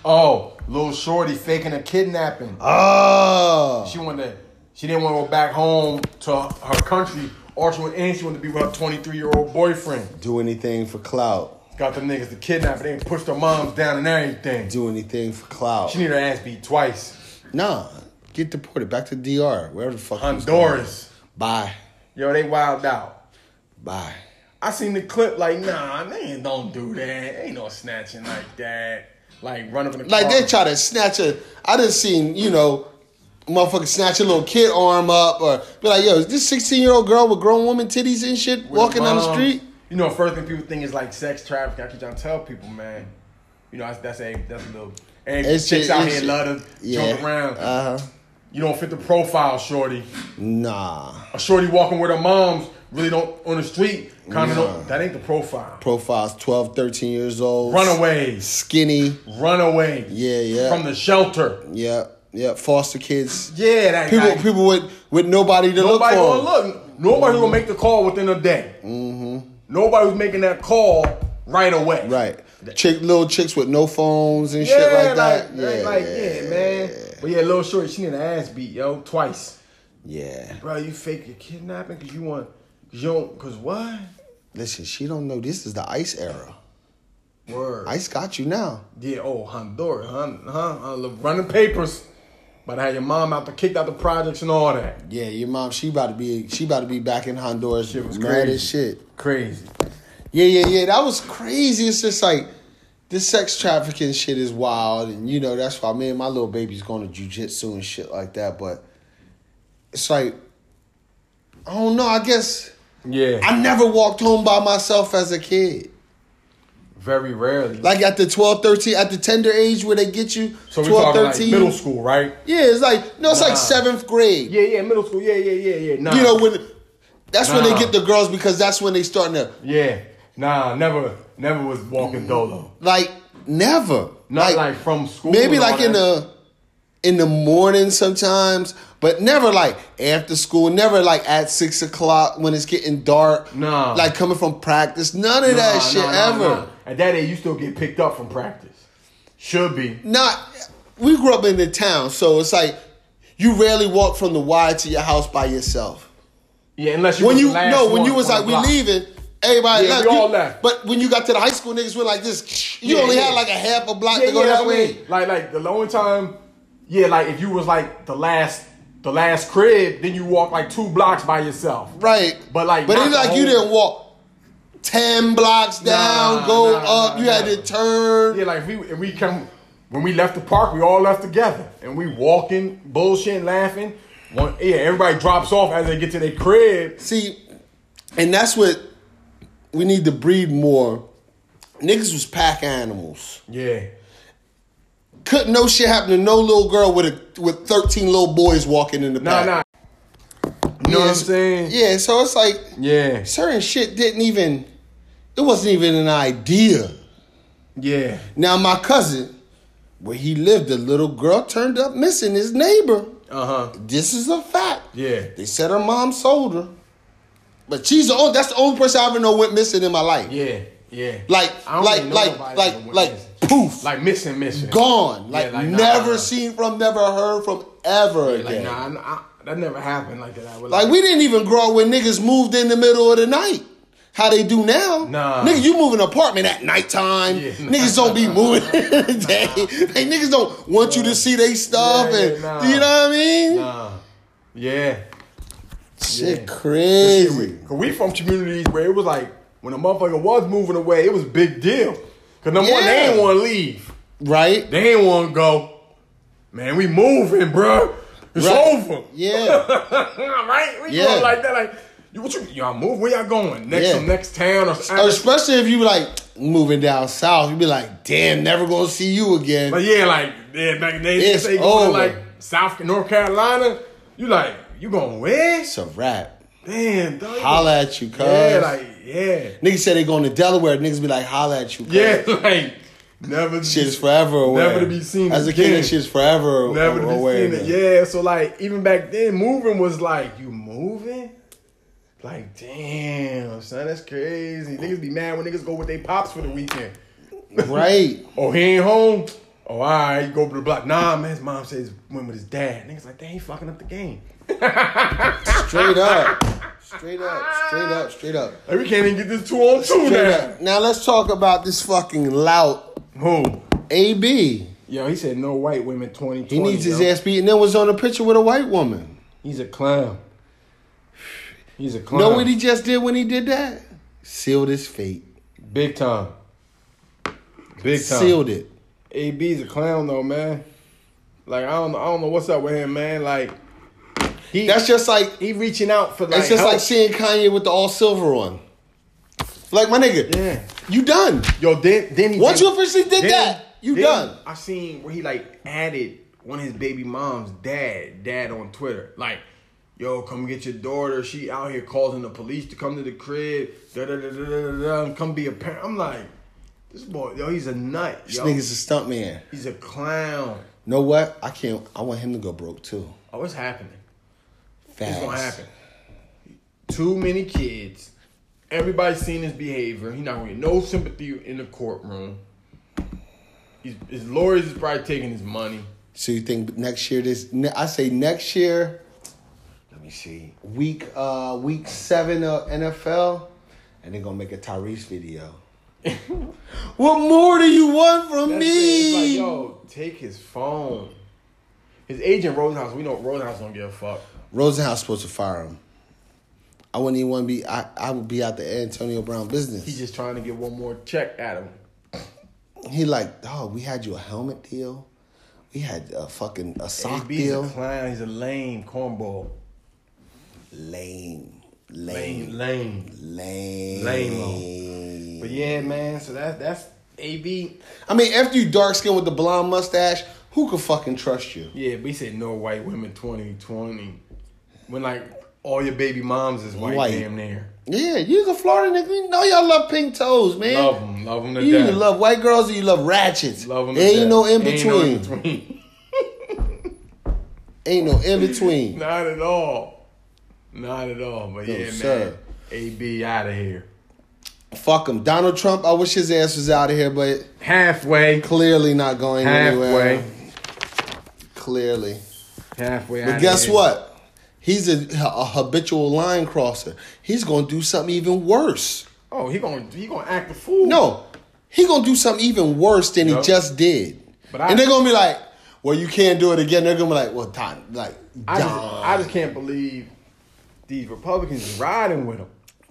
C: Oh, little shorty faking a kidnapping.
B: oh,
C: She wanted to, she didn't want to go back home to her country or she, and she wanted to be with her 23 year old boyfriend.
B: do anything for clout.
C: Got the niggas to kidnap her. They pushed her moms down and everything.
B: Do anything for clout.
C: She need her ass beat twice.
B: Nah, get deported back to DR, wherever the fuck. you was going.
C: Honduras.
B: Bye,
C: Yo, they wild out.
B: bye.
C: I seen the clip like, nah, man, don't do that. Ain't no snatching like that. Like run up in the
B: Like
C: car.
B: they try to snatch a. I done seen you know, motherfucker snatch a little kid arm up or be like, yo, is this sixteen year old girl with grown woman titties and shit
C: with
B: walking down the
C: mom.
B: street?
C: Um, You know, first thing people think is like sex trafficking. I keep trying to tell people, man. You know, that's, that's a that's a little. And
B: It's
C: chicks
B: ju-
C: out
B: it's
C: here
B: ju-
C: love to jump around.
B: Uh huh.
C: you don't fit the profile, shorty.
B: Nah.
C: A shorty walking with her moms really don't on the street. Kind
B: Nah.
C: of don't. that ain't the profile.
B: Profiles 12, 13 years old.
C: Runaways,
B: Skinny.
C: runaway.
B: Yeah, yeah.
C: From the shelter.
B: Yep. Yep. Foster kids.
C: Yeah, that
B: People,
C: like,
B: people with with nobody to look for.
C: Nobody
B: Mm-hmm.
C: gonna look. Nobody gonna make the call within a day. Nobody was making that call right away.
B: Right. Chick, little chicks with no phones and shit like that.
C: yeah, like, yeah, man. But yeah, little shorty, she need an ass beat, yo, twice.
B: Yeah.
C: Bro, you fake your kidnapping because you want, cause you don't, cause what?
B: Listen, she don't know this is the ice era.
C: Word.
B: Ice got you now.
C: yeah, oh, Honduras, huh? huh uh, running papers. But I had your mom out the kicked out the projects and all that.
B: Yeah, your mom, she about to be she about to be back in Honduras
C: Shit was
B: mad
C: crazy.
B: as shit.
C: Crazy.
B: Yeah, yeah, yeah. That was crazy. It's just like this sex trafficking shit is wild and you know that's why me and my little baby's going to jujitsu and shit like that, but it's like I don't know, I guess
C: Yeah.
B: I never walked home by myself as a kid.
C: Very rarely.
B: Like at the 12, 13, at the tender age where they get you
C: so we
B: 12,
C: talking like
B: 13.
C: middle school, right?
B: Yeah, it's like no, it's
C: Nah.
B: like seventh grade.
C: Yeah, yeah, middle school. Yeah, yeah, yeah, yeah. Nah.
B: You know when that's when they
C: Nah.
B: get the girls because that's when they starting to
C: Yeah. Nah, never never was walking dolo.
B: like never.
C: Not like, from school.
B: maybe
C: and all
B: like in
C: that.
B: the in the morning sometimes, but never like after school. Never like at six o'clock when it's getting dark.
C: Nah.
B: like coming from practice. None of
C: Nah,
B: that shit
C: nah, nah,
B: ever.
C: nah. At that age you still get picked up from practice. Should be.
B: Not. We grew up in the town, so it's like you rarely walk from the Y to your house by yourself.
C: Yeah, unless you
B: When
C: was
B: you
C: the last
B: no, when
C: one
B: you was
C: on
B: like
C: the
B: we
C: block.
B: leaving, everybody
C: Yeah,
B: left.
C: we all
B: You-
C: left.
B: But when you got to the high school, niggas were like this. You
C: Yeah,
B: only
C: yeah.
B: had like a half a block
C: Yeah,
B: to go
C: yeah,
B: that
C: I mean,
B: way.
C: Like like the only time yeah, like if you was like the last the last crib, then you walk like two blocks by yourself.
B: Right.
C: But, like,
B: But
C: not
B: it's
C: the
B: like you
C: whole-
B: didn't walk ten blocks down,
C: nah,
B: go
C: nah,
B: up,
C: nah,
B: you had
C: nah.
B: to turn.
C: Yeah, like if we if we come when we left the park, we all left together and we walking, bullshitting, laughing. One, yeah, everybody drops off as they get to their crib.
B: See, and that's what we need to breed more. Niggas was pack animals.
C: Yeah,
B: Couldn't no shit happen to no little girl with a with thirteen little boys walking in the
C: nah,
B: back.
C: nah. You know what I'm saying?
B: Yeah, so it's like
C: Yeah,
B: certain shit didn't even it wasn't even an idea.
C: yeah,
B: Now my cousin, where he lived, a little girl turned up missing his neighbor.
C: uh huh.
B: This is a fact.
C: Yeah.
B: They said her mom sold her. But she's the only, that's the only person I ever know went missing in my life.
C: Yeah, yeah.
B: Like,
C: I don't
B: like,
C: really know
B: like,
C: nobody that
B: like,
C: went
B: like,
C: missing.
B: poof,
C: like missing, missing,
B: gone.
C: Yeah,
B: Like,
C: like, nah,
B: never
C: nah.
B: seen from, never heard from, ever
C: Like
B: again.
C: nah, nah, I- that never happened like that. I would
B: Like we didn't even grow up when niggas moved in the middle of the night. How they do now?
C: Nah.
B: Nigga, you move in an apartment at nighttime.
C: Yeah.
B: Niggas don't be moving in the day. Like niggas don't want you to see they stuff
C: Yeah, yeah,
B: and
C: nah.
B: you know what I mean?
C: nah, yeah.
B: Shit
C: Yeah.
B: crazy.
C: Cause we from communities where it was like when a motherfucker was moving away, it was a big deal. Cause number one, they
B: Yeah.
C: ain't want to leave.
B: Right?
C: They ain't want to go. Man, we moving, bruh. It's
B: Right.
C: over.
B: Yeah.
C: right? We
B: Yeah.
C: going like that. Like, you, what you, y'all move? Where y'all going? Next,
B: Yeah.
C: some next town or something.
B: Especially if you like moving down south, you be like, damn, never gonna see you again.
C: But yeah, like yeah, back in the day,
B: It's
C: they go to
B: over.
C: like South North Carolina. You like you going where?
B: It's a wrap.
C: Damn, dog.
B: Holla at you, cuz.
C: Yeah, like yeah,
B: niggas say they going to Delaware, niggas be like, holla at you, cuz.
C: yeah, like never.
B: Shit is forever away.
C: Never to be seen
B: As a
C: again.
B: kid, that shit's forever
C: Never to be
B: away.
C: seen. it.
B: man.
C: Yeah, so like even back then, moving was like you moving. Like damn, son, that's crazy. Niggas be mad when niggas go with their pops for the weekend.
B: Right.
C: Oh, he ain't home. Oh, all right, you go over to the block. Nah, man, his mom says went with his dad. Niggas like, damn, he fucking up the game.
B: Straight up. Straight up. Straight up. Straight up.
C: Like we can't even get this two on two
B: Straight
C: now.
B: up. Now let's talk about this fucking lout
C: Who?
B: AB.
C: Yo, he said no white women twenty.
B: He needs his ass beat and then was on a picture with a white woman.
C: He's a clown. He's a clown.
B: Know what he just did when he did that? Sealed his fate.
C: Big time. Big time.
B: Sealed it.
C: AB's a clown though, man. Like I don't, I don't know what's up with him, man. Like he,
B: That's just like
C: he reaching out for like.
B: it's just
C: help.
B: like seeing Kanye with the all silver on. Like my nigga,
C: Yeah.
B: you done.
C: yo, then then he
B: Once
C: did-
B: you officially did
C: then-
B: that, you
C: then
B: done.
C: I seen where he like added one of his baby mom's dad, dad on Twitter, like. Yo, come get your daughter. She out here calling the police to come to the crib. Da da da da da da. da. Come be a parent. I'm like, this boy, yo, he's a nut.
B: This
C: Yo.
B: nigga's a stunt man.
C: He's a clown.
B: Know what? I can't. I want him to go broke too.
C: Oh, it's happening.
B: Fast.
C: It's gonna happen. Too many kids. Everybody's seen his behavior. He's not gonna get no sympathy in the courtroom. He's, his lawyers is probably taking his money.
B: So you think next year? This ne- I say next year,
C: Let me see.
B: week uh week seven of NFL, and they're gonna make a Tyrese video. what more do you want from
C: That's it. It's like,
B: me?
C: yo, take his phone. His agent Rosenhaus. We know Rosenhaus don't give a fuck.
B: Rosenhaus supposed to fire him. I wouldn't even want to be. I I would be out the Antonio Brown business. He,
C: He's just trying to get one more check at him.
B: like, oh, we had you a helmet deal, we had a fucking a sock
C: AB's a
B: deal.
C: clown. He's a lame cornball.
B: Lame,
C: Lame,
B: lame,
C: lame.
B: lame,
C: Lame-o. But yeah, man. So that's that's AB.
B: I mean, after you dark skin with the blonde mustache, who could fucking trust you?
C: Yeah, but he said no white women 2020. When like all your baby moms is white,
B: White.
C: damn near.
B: Yeah, you's a Florida nigga. You know y'all love pink toes, man.
C: Love them, love them to
B: Eh? you either
C: death.
B: love white girls or you love ratchets.
C: love them.
B: Ain't no in
C: Ain't no in
B: between.
C: between.
B: Ain't no in between.
C: Not at all. Not at all. But yeah, man.
B: sir.
C: AB out of here.
B: Fuck him, Donald Trump. I wish his ass was out of here, but
C: Halfway.
B: clearly not going
C: Halfway.
B: anywhere. Clearly,
C: Halfway.
B: but
C: outta
B: guess
C: here.
B: what? He's a, a habitual line crosser. He's gonna do something even worse.
C: Oh, he gonna he gonna act a fool.
B: No, he gonna do something even worse than
C: Yup.
B: he just did.
C: But I-
B: and they're gonna be like, where you can't do it again, they're gonna be like, well, Todd, like,
C: I just,
B: dog.
C: I just can't believe these Republicans is riding with him,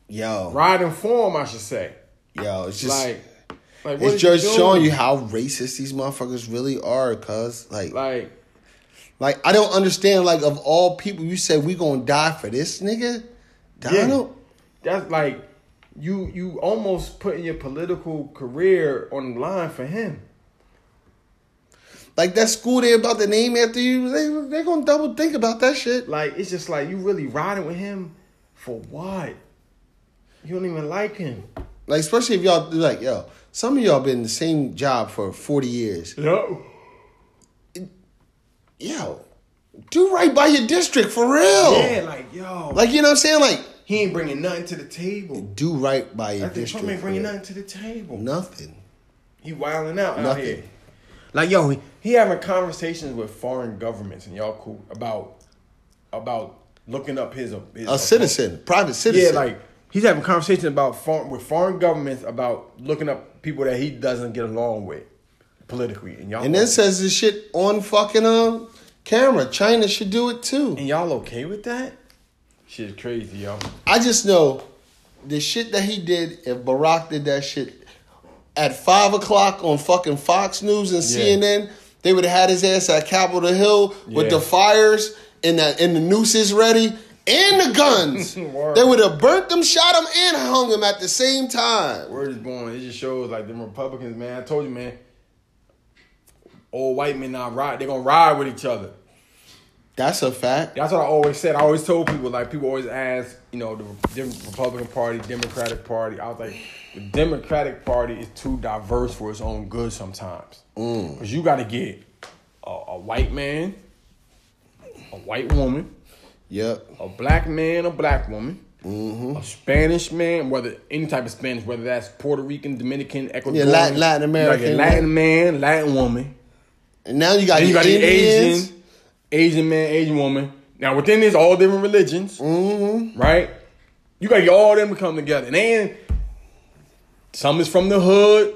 B: yo,
C: riding for him, I should say.
B: yo, it's just.
C: Like, like what
B: it's
C: are you
B: just showing
C: doing?
B: you how racist these motherfuckers really are, cuz. Like, like,
C: like
B: I don't understand, like, of all people, you said we gonna die for this nigga? Donald?
C: that's like you you almost putting your political career on the line for him.
B: Like, that school they about to name after you, they, they gonna double think about that shit.
C: Like it's just like you really riding with him for what? You don't even like him.
B: Like, especially if y'all, like, yo, some of y'all been in the same job for 40 years.
C: No.
B: Yo, do right by your district, for real.
C: Yeah, like yo,
B: Like, you know what I'm saying? Like,
C: he ain't bringing nothing to the table.
B: do right by your
C: I think
B: district.
C: Trump ain't
B: for
C: bringing
B: real.
C: nothing to the table.
B: Nothing.
C: He wilding out out
B: Nothing.
C: here. Like yo, he, he having conversations with foreign governments and y'all cool about about looking up his, his
B: A citizen, private
C: Yeah,
B: citizen.
C: like he's having conversations about foreign, with foreign governments about looking up people that he doesn't get along with politically, and y'all
B: And then says this shit on fucking um camera. China should do it too.
C: and y'all okay with that? Shit, crazy, y'all.
B: I just know the shit that he did. If Barack did that shit at five o'clock on fucking Fox News and
C: Yeah.
B: CNN, they would have had his ass at Capitol Hill with
C: Yeah.
B: the fires and the and the nooses ready and the guns.
C: Word.
B: they would have burnt them, shot him, and hung him at the same time.
C: Word is born. It just shows like them Republicans, man. I told you, man. Old white men not ride. They gonna ride with each other.
B: That's a fact.
C: That's what I always said. I always told people like people always ask, you know, the Dem- Republican Party, Democratic Party. I was like, the Democratic Party is too diverse for its own good sometimes.
B: Mm.
C: Because you got to get a, a white man, a white woman,
B: Yep.
C: a black man, a black woman,
B: Mm-hmm.
C: a Spanish man, whether any type of Spanish, whether that's Puerto Rican, Dominican, Ecuadorian,
B: Yeah, Latin- Latin
C: you gotta get
B: American.
C: Latin man, Latin woman.
B: And now you got,
C: Then you
B: the
C: got the
B: Indians.
C: Asian, Asian man, Asian woman. Now within this, all different religions, mm-hmm. right? You gotta get all them to come together, and then some is from the hood,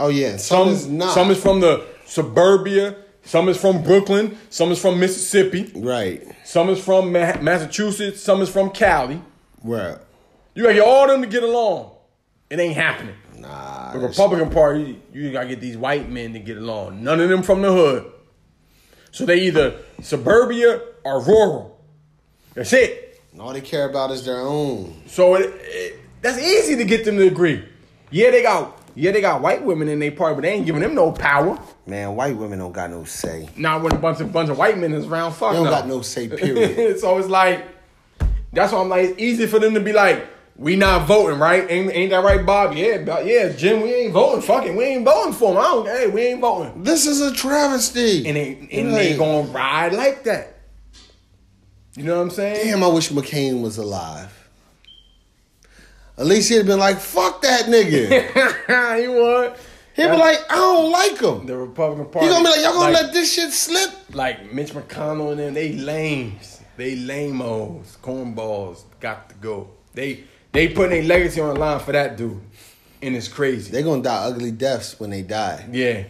B: Oh yeah,
C: some
B: some, is not.
C: some is from the suburbia, some is from Brooklyn, some is from Mississippi,
B: right.
C: some is from Ma- Massachusetts, some is from Cali.
B: Right.
C: You gotta get all them to get along. It ain't happening.
B: Nah,
C: The
B: that's-
C: Republican Party, you gotta get these white men to get along. None of them from the hood. So they either suburbia or rural. That's it.
B: all they care about is their own.
C: So it, it- that's easy to get them to agree. Yeah, they got yeah they got white women in their party, but they ain't giving them no power.
B: Man, white women don't got no say. They
C: Not when a bunch of bunch of white men is around. Fuck
B: don't
C: no.
B: got no say. Period.
C: so it's like that's why I'm like it's easy for them to be like, we not voting, right? Ain't ain't that right, Bob? Yeah, Bob- yeah, Jim, we ain't voting. Fuck it, we ain't voting for him. I don't hey, we ain't voting.
B: this is a travesty.
C: And they and
B: You're
C: they
B: like,
C: gonna ride like that. You know what I'm saying?
B: Damn, I wish McCain was alive. At least he'd been like, "Fuck that nigga."
C: you what?
B: He'd be like, "I don't like him."
C: The Republican Party.
B: He gonna be like, "Y'all gonna
C: like,
B: let this shit slip?"
C: like Mitch McConnell and them, they lames. They lame-os. Cornballs got to go. They they putting their legacy on the line for that dude. And it's crazy.
B: They gonna die ugly deaths when they die
C: yeah.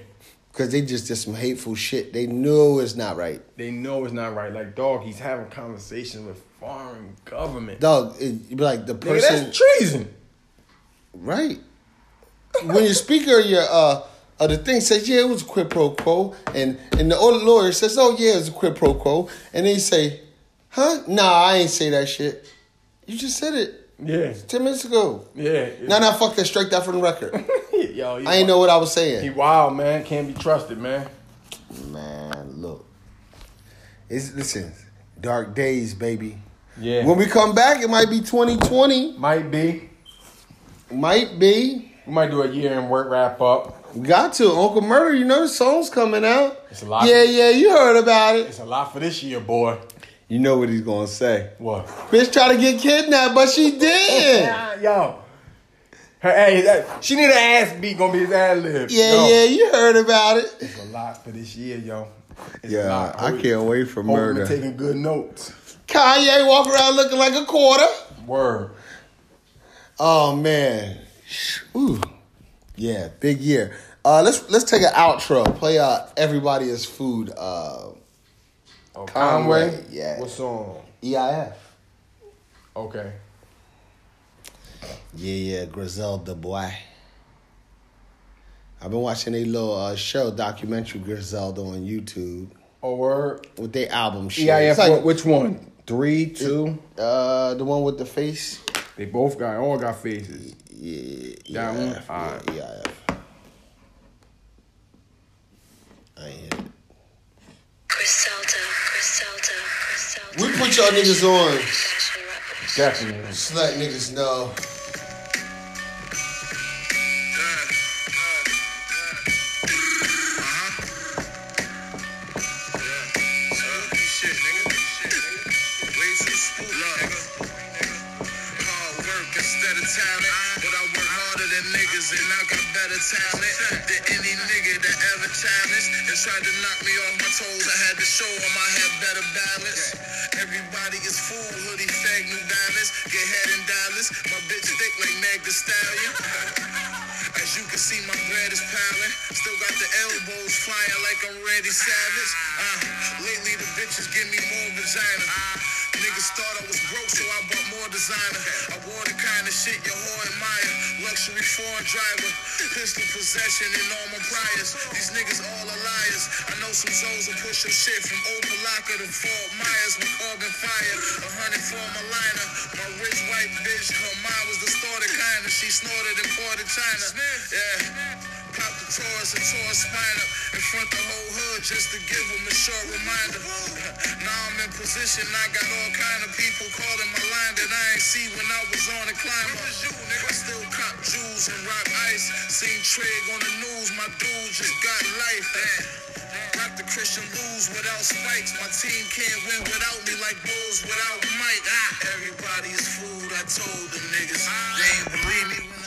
B: because they just did some hateful shit. They know it's not right.
C: they know it's not right. Like, dog, he's having conversations with foreign government.
B: Dog, it, you be like the
C: Nigga,
B: person.
C: that's treason.
B: Right. when your speaker, your uh, uh, the thing says, yeah, it was a quid pro quo, and and the old lawyer says, oh yeah, it was a quid pro quo, and they say, huh? Nah, I ain't say that shit. You just said it
C: Yeah,
B: ten minutes ago.
C: yeah.
B: Nah, nah, fuck that. Strike that from the record.
C: Yo, he
B: I ain't know what I was saying.
C: He wild, man. Can't be trusted, man.
B: Man, look. It's listen, dark days, baby.
C: Yeah.
B: When we come back, it might be 2020.
C: Might be.
B: Might be.
C: We might do a year and work wrap up.
B: We got to. Uncle Murder, you know the song's coming out.
C: It's a lot.
B: Yeah, yeah, you heard about it.
C: It's a lot for this year, boy.
B: You know what he's gonna say.
C: What?
B: Bitch tried to get kidnapped, but she didn't. yeah,
C: Yeah, yo. Her, hey, that, she need an ass beat. Gonna be his ad lib. yo.
B: yeah, you heard about it.
C: It's a lot for this year, yo. It's a
B: Yeah,
C: lot.
B: I
C: Hope-
B: can't wait for
C: hope we're
B: murder.
C: Taking good notes.
B: Kanye walk around looking like a quarter.
C: Word.
B: Oh man. Ooh. Yeah, big year. Uh, let's let's take an outro. Play uh, everybody is food. Uh,
D: Oh,
B: Conway? Yeah.
D: What song?
B: EIF.
D: Okay.
B: Yeah, yeah, Griselda boy. I've been watching a little uh, show documentary Griselda on YouTube
D: Oh, word.
B: with their album
C: E
B: shit.
D: EIF.
B: It's like,
D: E what- which one? Three, two.
B: uh, the one with the face.
D: They both got all got faces.
B: Yeah,
D: That one?
B: EIF,
D: Alright.
B: yeah, E EIF. I ain't hit it.
E: Griselda, Griselda, Griselda.
B: We put y'all niggas on.
E: Fashion rebel.
D: Definitely.
B: Just let niggas know.
A: Spooky shit, nigga. Shit, nigga. Way too spooky, nigga. Hard work instead of talent. But I work harder than niggas and I got better talent than any nigga that ever challenged and tried to knock me off my toes. I had to show 'em I had better balance. Everybody is fool, hoodie, fag, new balance. Get head in dollars. My bitch thick like Meg Thee Stallion. As you can see, my bread is piling. Still got the elbows flying like I'm Randy Savage. Uh, lately, the bitches give me more vagina. Uh, Niggas thought I was broke, so I bought more designer. I wore the kind of shit your whore admire. Luxury foreign driver, pistol possession, and all my priors. These niggas all are liars. I know some souls will push your shit from Opalaka to Fort Myers with carbon fire. A hundred for my liner. My rich white bitch, her mind was distorted kinda. She snorted and poured in China. Yeah. Pop the Taurus and tore her spine up in front the whole hood just to give them a short reminder. now I'm in position, I got all kind of people calling my line that I ain't see when I was on the climb. up. I still cop jewels and rock ice. Seen Trig on the news, my dude just got life. Rock the Christian lose without spikes. My team can't win without me like bulls without might. Ah, everybody is fooled, I told them niggas. They ain't believe me when